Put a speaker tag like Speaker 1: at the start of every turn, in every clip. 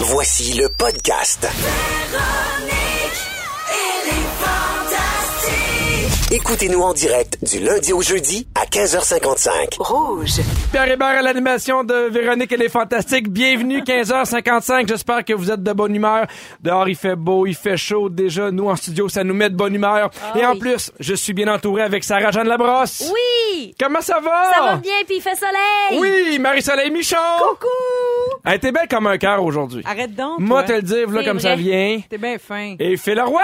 Speaker 1: Voici le podcast. Écoutez-nous en direct du lundi au jeudi à 15h55.
Speaker 2: Rouge.
Speaker 3: Pierre Hébert à l'animation de Véronique, elle est fantastique. Bienvenue, 15h55. J'espère que vous êtes de bonne humeur. Dehors, il fait beau, il fait chaud. Déjà, nous, en studio, ça nous met de bonne humeur. Et en plus, je suis bien entouré avec Sarah-Jeanne Labrosse.
Speaker 4: Ah Oui!
Speaker 3: Comment ça va?
Speaker 4: Ça va bien, puis il fait soleil!
Speaker 3: Ah! Oui, Marie-Soleil Michon.
Speaker 5: Coucou!
Speaker 3: Elle était belle comme un cœur aujourd'hui.
Speaker 5: Arrête donc.
Speaker 3: Moi, te
Speaker 5: toi.
Speaker 3: le dire, voilà
Speaker 4: Ah, C'est
Speaker 3: comme ça
Speaker 4: vrai.
Speaker 3: vient.
Speaker 5: T'es bien fin.
Speaker 3: Et Phil Leroy!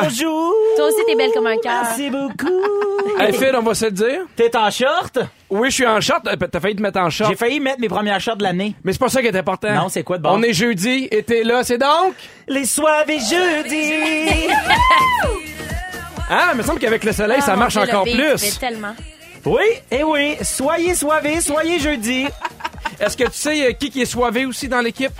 Speaker 6: Bonjour!
Speaker 4: Toi aussi, t'es belle comme
Speaker 3: Ah,
Speaker 4: un cœur.
Speaker 6: Merci beaucoup!
Speaker 3: Hey Phil, on va se le dire.
Speaker 6: Euh, T'es en short?
Speaker 3: Oui, je suis en short. Euh, T'as failli te mettre en short.
Speaker 6: J'ai failli mettre mes premières shorts de l'année.
Speaker 3: Mais c'est pas ça qui est important.
Speaker 6: Non, c'est quoi de bon?
Speaker 3: On est jeudi, et t'es là, c'est donc...
Speaker 6: Les soirs et jeudi!
Speaker 3: Ah, il me semble qu'avec le soleil, ça
Speaker 4: Ah,
Speaker 3: marche
Speaker 4: mon Dieu,
Speaker 3: encore
Speaker 4: le beat,
Speaker 3: plus.
Speaker 4: mais tellement.
Speaker 6: oui, eh oui, soyez soivés, soyez jeudi.
Speaker 3: Est-ce que tu sais euh, qui qui est soivé aussi dans l'équipe?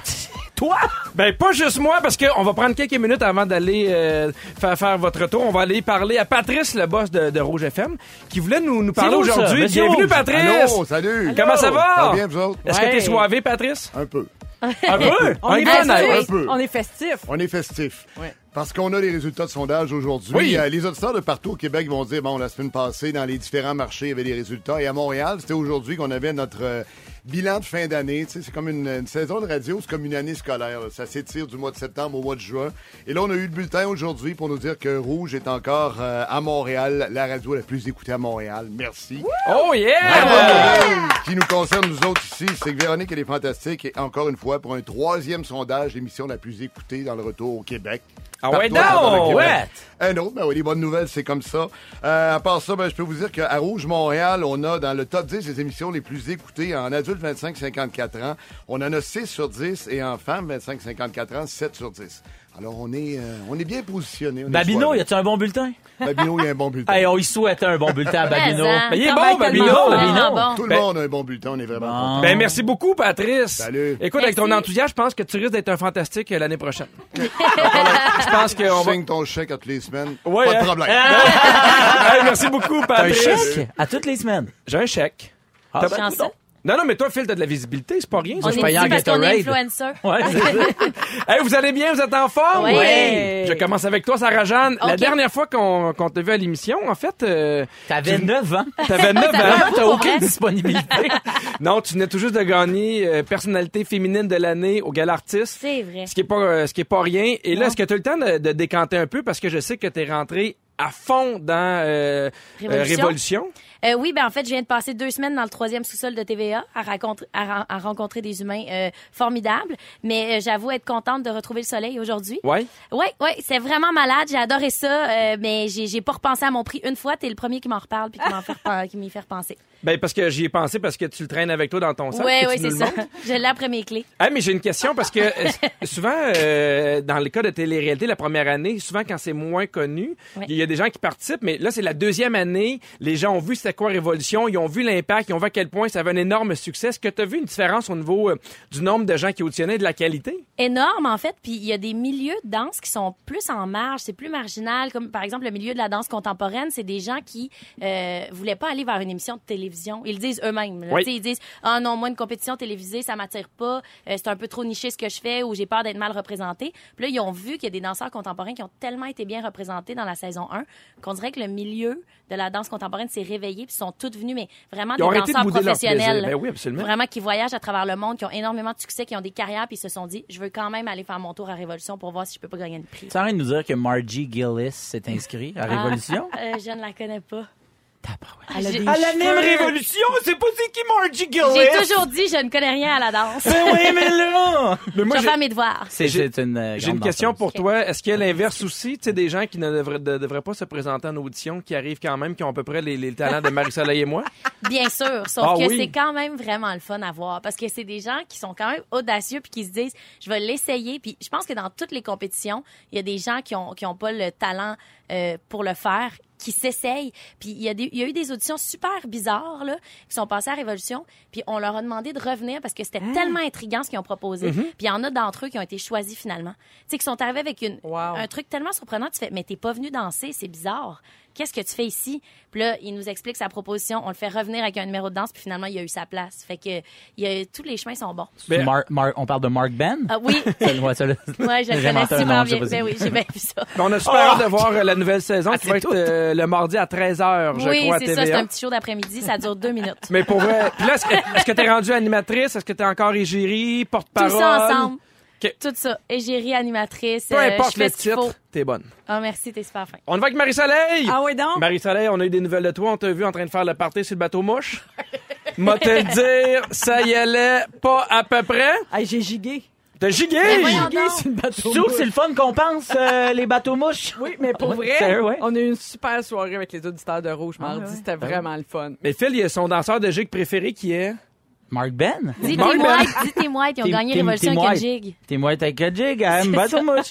Speaker 6: Toi!
Speaker 3: Ben, pas juste moi, parce qu'on va prendre quelques minutes avant d'aller euh, faire, faire votre tour. On va aller parler à Patrice, le boss de, de Rouge FM, qui voulait nous, nous parler
Speaker 6: C'est Rouge, ça.
Speaker 3: aujourd'hui.
Speaker 6: Monsieur
Speaker 3: Bienvenue,
Speaker 6: Rouge.
Speaker 3: Patrice!
Speaker 7: Allô, salut.
Speaker 3: Comment ça va?
Speaker 7: Ça va bien, vous autres?
Speaker 3: Est-ce que
Speaker 5: Ouais.
Speaker 3: t'es soivé, Patrice?
Speaker 7: Un peu.
Speaker 3: Un peu!
Speaker 5: On est
Speaker 3: est bien
Speaker 5: festif.
Speaker 3: à
Speaker 7: Un peu.
Speaker 5: On est festif.
Speaker 7: On est festif.
Speaker 5: Ouais.
Speaker 7: Parce qu'on a les résultats de sondage aujourd'hui.
Speaker 3: Oui.
Speaker 7: Euh, les auditeurs de partout au Québec vont dire, bon, la semaine passée, dans les différents marchés, il y avait des résultats. Et à Montréal, c'était aujourd'hui qu'on avait notre euh, bilan de fin d'année. Tu sais, C'est comme une, une saison de radio, c'est comme une année scolaire. là. Ça s'étire du mois de septembre au mois de juin. Et là, on a eu le bulletin aujourd'hui pour nous dire que Rouge est encore euh, à Montréal, la radio la plus écoutée à Montréal. Merci.
Speaker 3: Oh
Speaker 7: La bonne
Speaker 3: yeah!
Speaker 7: nouvelle qui nous concerne, nous autres ici, c'est que Véronique, elle est fantastique. Et encore une fois, pour un troisième sondage, l'émission la plus écoutée dans le retour au Québec.
Speaker 3: Ah
Speaker 7: Partout
Speaker 3: ouais,
Speaker 7: à travers le
Speaker 3: donc,
Speaker 7: Québec.
Speaker 3: ouais.
Speaker 7: Un autre, ben oui, les bonnes nouvelles, c'est comme ça. Euh, à part ça, ben, je peux vous dire qu'à Rouge Montréal, on a dans le top 10 des émissions les plus écoutées en adultes 25-54 ans. On en a 6 sur 10 et en femmes 25-54 ans, 7 sur 10. Alors, on est, euh, on est bien positionné. on est
Speaker 6: Babino,
Speaker 7: soivé.
Speaker 6: y a-tu un bon bulletin?
Speaker 7: Babino, il y a un bon bulletin.
Speaker 6: Hey, on y souhaite un bon bulletin à Babino.
Speaker 4: Mais, hein,
Speaker 3: Mais Ben, il est
Speaker 4: quand
Speaker 3: bon,
Speaker 4: même,
Speaker 3: Babino,
Speaker 4: tellement
Speaker 6: Babino. Ah,
Speaker 4: bon.
Speaker 7: Tout le
Speaker 3: Ben-
Speaker 7: monde a un bon bulletin, on est vraiment content.
Speaker 3: Ben, merci beaucoup, Patrice.
Speaker 7: Salut.
Speaker 3: Écoute, avec ton
Speaker 4: Merci.
Speaker 3: enthousiasme, je pense que tu risques d'être un fantastique euh, l'année prochaine. je pense qu'on va...
Speaker 7: Signe ton chèque à toutes les semaines.
Speaker 3: Ouais,
Speaker 7: pas
Speaker 3: hein.
Speaker 7: de problème.
Speaker 3: Hey, merci beaucoup,
Speaker 6: T'as un
Speaker 3: Patrice.
Speaker 6: chèque à toutes les semaines.
Speaker 3: J'ai un chèque.
Speaker 6: Ah,
Speaker 3: T'as-
Speaker 4: Chanceux.
Speaker 3: Non, non, mais toi, Phil, t'as de la visibilité, c'est pas rien. ça.
Speaker 4: On
Speaker 6: je
Speaker 4: est
Speaker 6: paye en
Speaker 4: ici parce qu'on est
Speaker 6: Gatorade.
Speaker 4: influencer.
Speaker 6: Ouais, c'est ça.
Speaker 3: Hey, vous allez bien? Vous êtes en forme?
Speaker 4: Ouais.
Speaker 3: Je commence avec toi, Sarah-Jeanne. La
Speaker 4: Ok.
Speaker 3: dernière fois qu'on qu'on t'a vu à l'émission, en fait, euh,
Speaker 6: T'avais 9 ans.
Speaker 3: t'avais 9 ans.
Speaker 6: T'as
Speaker 4: pour
Speaker 6: aucune
Speaker 4: vrai.
Speaker 6: disponibilité.
Speaker 3: Non, tu venais tout juste de gagner euh, personnalité féminine de l'année au Gala Artiste.
Speaker 4: C'est vrai.
Speaker 3: Ce qui est pas, euh, ce qui est pas rien. Et là, est-ce que tu as le temps de, de décanter un peu? Parce que je sais que t'es rentré à fond dans euh, euh,
Speaker 4: Révolution.
Speaker 3: Révolution.
Speaker 4: Euh, oui, ben en fait, je viens de passer deux semaines dans le troisième sous-sol de TVA à, rencontrer- à, ren- à rencontrer des humains euh, formidables. Mais euh, j'avoue être contente de retrouver le soleil aujourd'hui.
Speaker 3: Ouais.
Speaker 4: Oui, oui, c'est vraiment malade. J'ai adoré ça, euh, mais j'ai j'ai pas repensé à mon prix une fois. T'es le premier qui m'en reparle puis qui m'en fait repen- qui m'y fait repenser.
Speaker 3: Ben, parce que j'y ai pensé parce que tu le traînes avec toi dans ton sac.
Speaker 4: Oui,
Speaker 3: que
Speaker 4: oui,
Speaker 3: tu nous
Speaker 4: c'est
Speaker 3: le
Speaker 4: ça.
Speaker 3: montres.
Speaker 4: Je l'ai après mes clés.
Speaker 3: Ah, mais j'ai une question parce que euh, souvent, euh, dans le cas de télé-réalité, la première année, souvent quand c'est moins connu, il
Speaker 4: Ouais.
Speaker 3: y a des gens qui participent, mais là, c'est la deuxième année. Les gens ont vu c'était quoi Révolution, ils ont vu l'impact, ils ont vu à quel point ça avait un énorme succès. Est-ce que tu as vu une différence au niveau euh, du nombre de gens qui auditionnaient et de la
Speaker 4: Ah,
Speaker 3: qualité?
Speaker 4: énorme en fait puis il y a des milieux de danse qui sont plus en marge c'est plus marginal comme par exemple le milieu de la danse contemporaine c'est des gens qui euh, voulaient pas aller vers une émission de télévision ils le disent eux-mêmes là.
Speaker 3: Oui.
Speaker 4: Tu sais, ils disent ah non moi une compétition télévisée ça m'attire pas Euh, c'est un peu trop niché ce que je fais ou j'ai peur d'être mal représenté puis là ils ont vu qu'il y a des danseurs contemporains qui ont tellement été bien représentés dans la saison 1 qu'on dirait que le milieu de la danse contemporaine s'est réveillé puis sont toutes venues mais vraiment
Speaker 3: Ils ont
Speaker 4: des
Speaker 3: arrêté de
Speaker 4: danseurs
Speaker 3: bouder leur
Speaker 4: professionnels
Speaker 3: plaisir. Ben oui, absolument.
Speaker 4: vraiment qui voyagent à travers le monde, qui ont énormément de succès, qui ont des carrières, puis ils se sont dit, je veux quand même aller faire mon tour à Révolution pour voir si je peux pas gagner le prix.
Speaker 6: T'es en train de nous dire que Margie Gillis s'est inscrite à Révolution?
Speaker 4: Ah, euh, je ne la connais pas.
Speaker 5: Elle a
Speaker 4: J'ai-
Speaker 5: des
Speaker 6: À la même
Speaker 5: cheveux.
Speaker 6: révolution, c'est pas c'est qui Margie
Speaker 4: J'ai
Speaker 6: Gillis.
Speaker 4: toujours dit, je ne connais rien à la danse.
Speaker 6: Mais
Speaker 2: Ben
Speaker 6: oui, mais là.
Speaker 3: Mais
Speaker 4: je
Speaker 3: moi,
Speaker 4: vais
Speaker 3: j'ai-
Speaker 4: faire mes devoirs.
Speaker 6: C'est
Speaker 3: J'ai-
Speaker 6: c'est une. euh,
Speaker 3: j'ai une
Speaker 6: grande
Speaker 3: question
Speaker 6: danseuse.
Speaker 3: pour toi. Est-ce qu'il y a l'inverse aussi, tu sais, des gens qui ne devraient, de- devraient pas se présenter en audition, qui arrivent quand même, qui ont à peu près les, les talents de Marie-Soleil et moi?
Speaker 4: Bien sûr, sauf
Speaker 3: Ah
Speaker 4: que
Speaker 3: oui.
Speaker 4: c'est quand même vraiment le fun à voir parce que c'est des gens qui sont quand même audacieux puis qui se disent je vais l'essayer puis je pense que dans toutes les compétitions, il y a des gens qui ont qui ont pas le talent euh, pour le faire qui s'essayent. Puis il y, a des- il y a eu des auditions super bizarres là, qui sont passées à Révolution. Puis on leur a demandé de revenir parce que c'était tellement intriguant ce qu'ils ont proposé.
Speaker 3: Mm-hmm.
Speaker 4: Puis il y en a d'entre eux qui ont été choisis finalement. Tu sais, qui sont arrivés avec une,
Speaker 5: Wow.
Speaker 4: un truc tellement surprenant. Tu fais, mais t'es pas venu danser, c'est bizarre. qu'est-ce que tu fais ici? Puis là, il nous explique sa proposition. On le fait revenir avec un numéro de danse, puis finalement, il a eu sa place. Fait que il y a- tous les chemins sont bons.
Speaker 3: Ben-
Speaker 2: Mar- Mar- on parle de Mark Ben?
Speaker 4: Ah oui,
Speaker 2: Ouais, ça, là-
Speaker 4: moi, je le
Speaker 2: J'ai
Speaker 4: connais
Speaker 2: inventé un
Speaker 4: super
Speaker 2: nom, je sais
Speaker 4: bien.
Speaker 2: pas si-
Speaker 4: Ben oui, j'ai bien vu ça.
Speaker 3: Mais On a super hâte de voir euh, la nouvelle saison qui va être euh, le mardi à 13h, je
Speaker 4: oui,
Speaker 3: crois, à
Speaker 4: c'est ça, c'est
Speaker 3: TVA.
Speaker 4: un petit show d'après-midi, ça dure deux minutes.
Speaker 3: Mais pour vrai. Puis là, est-ce que- est-ce que t'es rendue animatrice? Est-ce que t'es encore égérie,
Speaker 4: Tout
Speaker 3: porte-parole?
Speaker 4: ça ensemble.
Speaker 3: Ok.
Speaker 4: Tout ça. Égérie, animatrice,
Speaker 3: Peu
Speaker 4: euh,
Speaker 3: importe
Speaker 4: je fais
Speaker 3: le
Speaker 4: ce qu'il faut.
Speaker 3: titre, t'es bonne.
Speaker 4: Ah, merci, t'es super fin.
Speaker 3: On va avec Marie-Soleil!
Speaker 5: Ah oui, donc?
Speaker 3: Marie-Soleil, on a eu des nouvelles de toi. On t'a vu en train de faire le party sur le bateau mouche. M'a te le dire, ça y allait pas à peu près.
Speaker 5: Hey, J'ai gigué.
Speaker 3: T'as gigué!
Speaker 4: Mais Ben voyons
Speaker 5: Gigué
Speaker 4: donc.
Speaker 5: sur le bateau.
Speaker 2: Surtout que c'est le fun qu'on pense, euh, les bateaux mouches.
Speaker 5: Oui, mais pour vrai,
Speaker 2: Sérieux, ouais.
Speaker 5: on a eu une super soirée avec les auditeurs de Rouge mardi. C'était vraiment le fun.
Speaker 3: Mais Phil, il y a son danseur de jig préféré qui est...
Speaker 2: Mark Ben?
Speaker 4: Dis
Speaker 3: Bon,
Speaker 4: tes
Speaker 3: ben-
Speaker 4: White, dis tes White, ils ont
Speaker 2: Team-
Speaker 4: gagné
Speaker 2: Team-
Speaker 4: Révolution
Speaker 2: Team
Speaker 4: avec un
Speaker 2: White.
Speaker 4: jig.
Speaker 2: T'es moi avec a jig, I'm bateau mouche.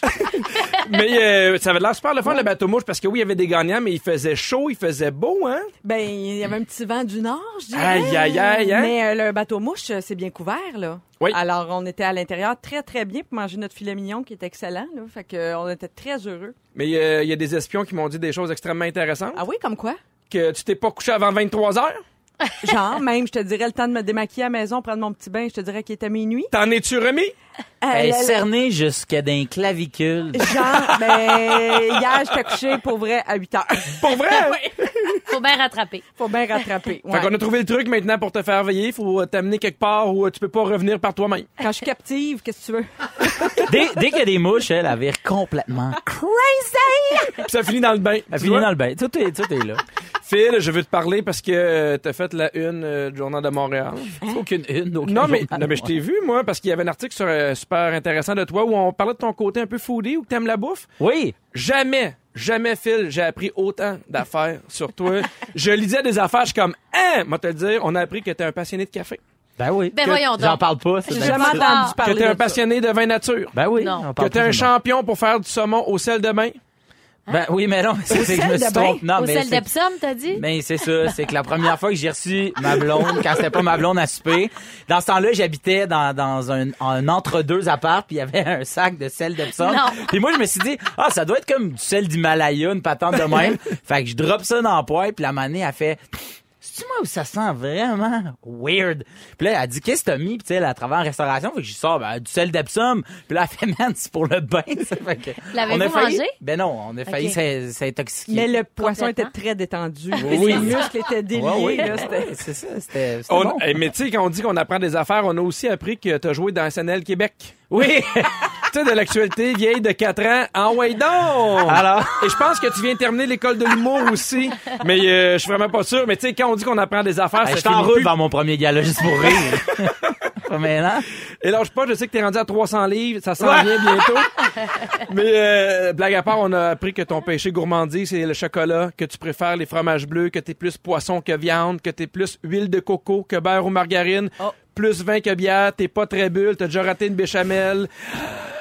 Speaker 3: Mais euh, ça avait l'air super le fun, le bateau mouche, parce que oui, il y avait des gagnants, mais il faisait chaud, il faisait beau, hein?
Speaker 5: Ben, il y avait un petit vent du nord, je dirais.
Speaker 3: Aïe, aïe, aïe, hein?
Speaker 5: Mais euh, le bateau mouche, euh, c'est bien couvert, là.
Speaker 3: Oui.
Speaker 5: Alors, on était à l'intérieur très, très bien pour manger notre filet mignon qui est excellent, là. Fait que, euh, on était très heureux.
Speaker 3: Mais euh, il y a des espions qui m'ont dit des choses extrêmement intéressantes.
Speaker 5: Ah oui, comme quoi?
Speaker 3: Que tu t'es pas couché avant 23 heures?
Speaker 5: Genre, même, je te dirais, le temps de me démaquiller à la maison, prendre mon petit bain, je te dirais qu'il était minuit.
Speaker 3: T'en es-tu remis?
Speaker 5: Euh,
Speaker 2: Elle est
Speaker 5: là, là,
Speaker 2: cernée jusqu'à d'un clavicule.
Speaker 5: Genre, ben, hier, j'étais couché pour vrai à 8 heures.
Speaker 3: Pour vrai? hein?
Speaker 4: Faut bien rattraper.
Speaker 5: Faut bien rattraper.
Speaker 3: Fait
Speaker 5: ouais.
Speaker 3: qu'on a trouvé le truc maintenant pour te faire veiller. Faut euh, t'amener quelque part où euh, tu peux pas revenir par toi-même.
Speaker 5: Quand je suis captive, qu'est-ce que tu veux?
Speaker 3: Ah,
Speaker 2: Dès, dès qu'il y a des mouches, elle, elle vire
Speaker 5: Ah,
Speaker 2: complètement.
Speaker 3: Puis ça finit dans le bain.
Speaker 2: Elle
Speaker 3: Tu
Speaker 2: finit
Speaker 3: vois?
Speaker 2: dans le bain. Tout est, tout est là.
Speaker 3: Phil, je veux te parler parce que euh, t'as fait la une euh, du Journal de Montréal.
Speaker 2: Aucune une, aucune
Speaker 3: Non, mais,
Speaker 2: journal.
Speaker 3: non, mais je t'ai vu, moi, parce qu'il y avait un article sur, euh, super intéressant de toi où on parlait de ton côté un peu foodie ou que t'aimes la bouffe.
Speaker 2: Oui.
Speaker 3: Jamais, jamais, Phil, j'ai appris autant d'affaires sur toi. je lisais des affaires, je suis comme, hein, moi te le dire, on a appris que t'es un passionné de café.
Speaker 2: Ben oui.
Speaker 4: Ben
Speaker 2: Que-
Speaker 4: voyons
Speaker 2: J'en
Speaker 4: donc.
Speaker 2: parle pas. c'est
Speaker 5: J'ai
Speaker 2: ben-
Speaker 5: jamais
Speaker 4: ça.
Speaker 5: entendu
Speaker 3: Que
Speaker 5: parler
Speaker 3: t'es un
Speaker 5: de ça.
Speaker 3: passionné de vin nature.
Speaker 2: Ben oui.
Speaker 4: Non.
Speaker 2: j'en
Speaker 3: Que
Speaker 2: parle
Speaker 3: t'es
Speaker 2: pas,
Speaker 3: un
Speaker 2: c'est bon.
Speaker 3: champion pour faire du saumon au sel de bain.
Speaker 2: Ben oui, mais non, c'est c'est que je me
Speaker 5: sel
Speaker 2: suis
Speaker 5: de bain?
Speaker 2: trompé. Non,
Speaker 4: Au
Speaker 2: mais
Speaker 4: sel
Speaker 2: c'est-
Speaker 4: d'Epsom, t'as dit?
Speaker 2: Ben, c'est ça, c'est que la première fois que j'ai reçu ma blonde, quand c'était pas ma blonde à souper, dans ce temps-là, j'habitais dans, dans un, un entre-deux appart, puis il y avait un sac de sel d'Epsom.
Speaker 4: Non.
Speaker 2: Puis moi, je me suis dit, ah, ça doit être comme du sel d'Himalaya, une patente de même. fait que je drop ça dans le poêle, puis la manée, elle fait... C'est-tu moi où ça sent vraiment weird? Puis là, elle dit, qu'est-ce que t'as mis? Puis tu sais, elle travaille en restauration. Fait que j'y sors, ben, du sel d'Epsom. Puis là, elle fait, man, c'est pour le bain. ça. fait que,
Speaker 4: L'avez-vous
Speaker 2: on a failli-
Speaker 4: mangé?
Speaker 2: Ben non, on a failli
Speaker 4: Ok.
Speaker 2: s'in- s'intoxiquer.
Speaker 5: Mais le poisson
Speaker 4: Complètement.
Speaker 5: était très détendu.
Speaker 2: Oui.
Speaker 5: Ses muscles étaient déliés.
Speaker 2: Ouais, ouais.
Speaker 5: là, c'était-
Speaker 2: Ouais, c'est ça, c'était c'était
Speaker 3: On-
Speaker 2: bon.
Speaker 3: Eh, mais tu sais, quand on dit qu'on apprend des affaires, on a aussi appris que t'as joué dans SNL Québec.
Speaker 2: Oui.
Speaker 3: tu sais, de l'actualité vieille de 4 ans, en way down!
Speaker 2: Alors,
Speaker 3: Et je pense que tu viens de terminer l'école de l'humour aussi, mais euh, je suis vraiment pas sûr. Mais tu sais, quand on dit qu'on apprend des affaires,
Speaker 2: je
Speaker 3: ça finit
Speaker 2: t'enroule
Speaker 3: plus.
Speaker 2: dans mon premier gala juste pour rire. Pas maintenant.
Speaker 3: Et lâche pas, je sais que t'es rendu à 300 livres, ça s'en vient bientôt. Mais euh, blague à part, on a appris que ton péché gourmandise, c'est le chocolat, que tu préfères les fromages bleus, que t'es plus poisson que viande, que t'es plus huile de coco que beurre ou margarine,
Speaker 2: Oh.
Speaker 3: plus vin que bière, t'es pas très bulle, t'as déjà raté une béchamel.